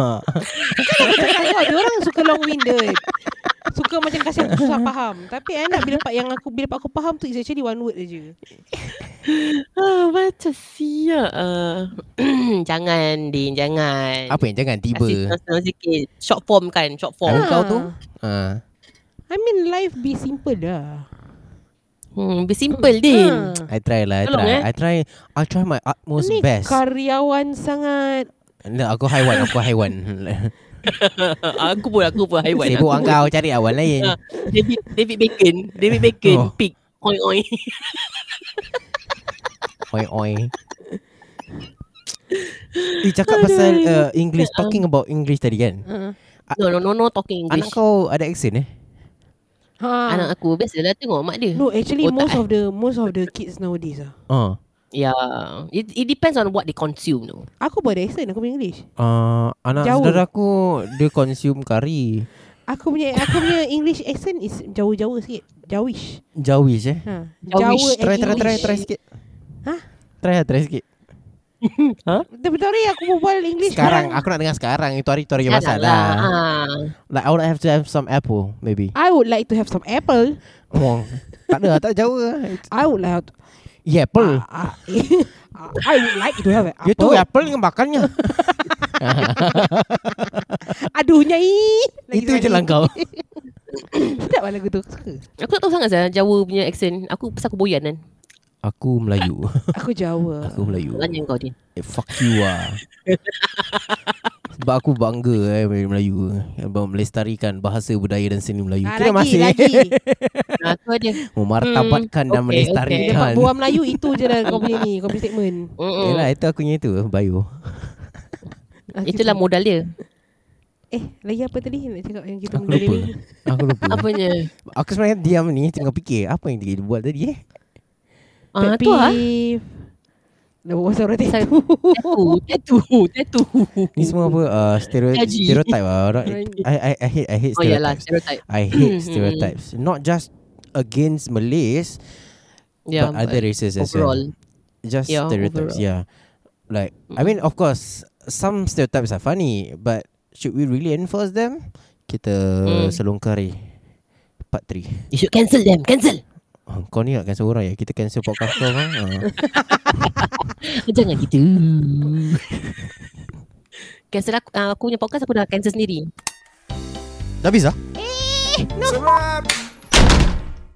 [SPEAKER 2] Aku cakap kau Dia orang suka long winded Suka macam kasih aku susah faham Tapi end up bila part yang aku Bila part aku faham tu Is actually one word je
[SPEAKER 3] Ah, macam siap. ah. jangan, Din. Jangan.
[SPEAKER 1] Apa yang jangan
[SPEAKER 3] Kasih
[SPEAKER 1] tiba.
[SPEAKER 3] senang-senang sikit. Short form kan? Short
[SPEAKER 1] Kalau
[SPEAKER 3] form.
[SPEAKER 1] Oh, kau tu?
[SPEAKER 2] Ah.
[SPEAKER 1] Ah.
[SPEAKER 2] I mean life be simple dah
[SPEAKER 3] Hmm, be simple, Din.
[SPEAKER 2] Ah.
[SPEAKER 1] I try lah, I
[SPEAKER 3] Tolong,
[SPEAKER 1] try.
[SPEAKER 3] eh.
[SPEAKER 1] I try I try my utmost
[SPEAKER 2] Ni
[SPEAKER 1] best.
[SPEAKER 2] karyawan sangat
[SPEAKER 1] No, aku haiwan, aku haiwan.
[SPEAKER 3] Ha, aku pun, aku pun haiwan.
[SPEAKER 1] Sibuk
[SPEAKER 3] Aku
[SPEAKER 1] engkau cari awal lain.
[SPEAKER 3] Ah, David David Bacon David Bacon
[SPEAKER 1] Oh.
[SPEAKER 3] oh. Pig Oi oi
[SPEAKER 1] Oi oi. Eh cakap pasal uh, English Talking about English tadi kan
[SPEAKER 3] Ah.
[SPEAKER 2] uh,
[SPEAKER 3] No no no no talking
[SPEAKER 1] Anak
[SPEAKER 3] English Anak,
[SPEAKER 1] kau ada accent eh
[SPEAKER 2] ha.
[SPEAKER 3] Anak aku Biasalah tengok mak dia
[SPEAKER 2] No, actually
[SPEAKER 3] Otak
[SPEAKER 2] most
[SPEAKER 3] eh.
[SPEAKER 2] of the most of the kids nowadays ah.
[SPEAKER 1] Oh
[SPEAKER 3] Yeah Ya. it, it depends on what they consume no.
[SPEAKER 2] Aku buat accent aku punya English.
[SPEAKER 1] uh, Anak
[SPEAKER 2] Jauh.
[SPEAKER 1] saudara aku Dia consume kari
[SPEAKER 2] Aku punya aku punya English accent is jauh-jauh sikit. Jawish.
[SPEAKER 1] Jawish eh
[SPEAKER 2] Ha. Jawa and
[SPEAKER 3] Jawish.
[SPEAKER 1] Try try try
[SPEAKER 2] English.
[SPEAKER 1] try sikit
[SPEAKER 2] Ha?
[SPEAKER 1] Try lah try sikit
[SPEAKER 2] Betul ni aku berbual English
[SPEAKER 1] Sekarang Aku nak dengar sekarang Itu hari Itu hari masak lah
[SPEAKER 3] ah.
[SPEAKER 1] Like I would have to have some apple Maybe
[SPEAKER 2] I would like to have some apple.
[SPEAKER 1] Wong Tak ada Tak ada Jawa
[SPEAKER 2] I would like to,
[SPEAKER 1] Yeah apple
[SPEAKER 2] I, I, I would like to have an
[SPEAKER 1] Hmm. You
[SPEAKER 2] Ah, apple.
[SPEAKER 1] tu apple dengan bakarnya
[SPEAKER 2] Aduh nyai. Lagi
[SPEAKER 1] Itu je
[SPEAKER 2] sekali.
[SPEAKER 1] lah kau
[SPEAKER 2] Sedap lah lagu tu. Aku Suka.
[SPEAKER 3] Aku tak tahu sangat Zah Jawa punya accent Aku pasal aku boyan kan
[SPEAKER 1] Aku Melayu
[SPEAKER 2] Aku Jawa.
[SPEAKER 1] Aku Melayu
[SPEAKER 3] Tanya kau dia
[SPEAKER 1] eh, Fuck you lah Sebab aku bangga eh Dari Melayu Abang Melestarikan bahasa budaya dan seni Melayu
[SPEAKER 2] Ah,
[SPEAKER 1] Terima
[SPEAKER 2] lagi,
[SPEAKER 1] kasih
[SPEAKER 2] lagi.
[SPEAKER 3] ah, Kau dia
[SPEAKER 1] Memartabatkan dan
[SPEAKER 3] Hmm,
[SPEAKER 2] Dia
[SPEAKER 3] okay,
[SPEAKER 1] melestarikan
[SPEAKER 2] dapat buah Melayu itu je lah kau punya ni. Kau punya statement.
[SPEAKER 3] Mm-mm.
[SPEAKER 1] Yelah Eh, lah, itu akunya itu Bio
[SPEAKER 2] Aku
[SPEAKER 3] Itulah
[SPEAKER 2] cakap-
[SPEAKER 3] modal dia
[SPEAKER 2] Eh, lagi apa tadi nak cakap yang kita
[SPEAKER 1] Aku lupa
[SPEAKER 2] ni?
[SPEAKER 1] Aku lupa
[SPEAKER 3] Hmm. Apanya
[SPEAKER 1] Aku sebenarnya diam ni Tengah fikir Apa yang dia buat tadi eh
[SPEAKER 3] Ah,
[SPEAKER 2] Pet
[SPEAKER 3] tu lah
[SPEAKER 2] peeve. Dah buat pasal orang
[SPEAKER 3] Pasal-
[SPEAKER 2] tattoo.
[SPEAKER 3] Tattoo Tattoo Tattoo Oh,
[SPEAKER 1] Ni semua apa uh, stereo-
[SPEAKER 3] Gaji.
[SPEAKER 1] Stereotype lah orang,
[SPEAKER 3] Gaji.
[SPEAKER 1] I, I, I hate I hate
[SPEAKER 3] Oh yalah
[SPEAKER 1] stereotypes
[SPEAKER 3] Hmm, Stereotype
[SPEAKER 1] I hate stereotypes Not just Against Malays
[SPEAKER 3] Yeah,
[SPEAKER 1] But other races as well
[SPEAKER 3] Ya, um, Overall
[SPEAKER 1] just
[SPEAKER 3] Yeah,
[SPEAKER 1] stereotypes.
[SPEAKER 3] overall. Mm.
[SPEAKER 1] Yeah, like I mean, of course, some stereotypes are funny, but should we really enforce them? Kita
[SPEAKER 3] Hmm.
[SPEAKER 1] selongkari part 3
[SPEAKER 3] You should cancel them Cancel
[SPEAKER 1] oh, Kau ni nak cancel orang ya Kita cancel podcast kau kan
[SPEAKER 3] Jangan gitu Cancel aku, ah, aku punya podcast Aku dah cancel sendiri
[SPEAKER 1] Dah bisa?
[SPEAKER 5] Sebab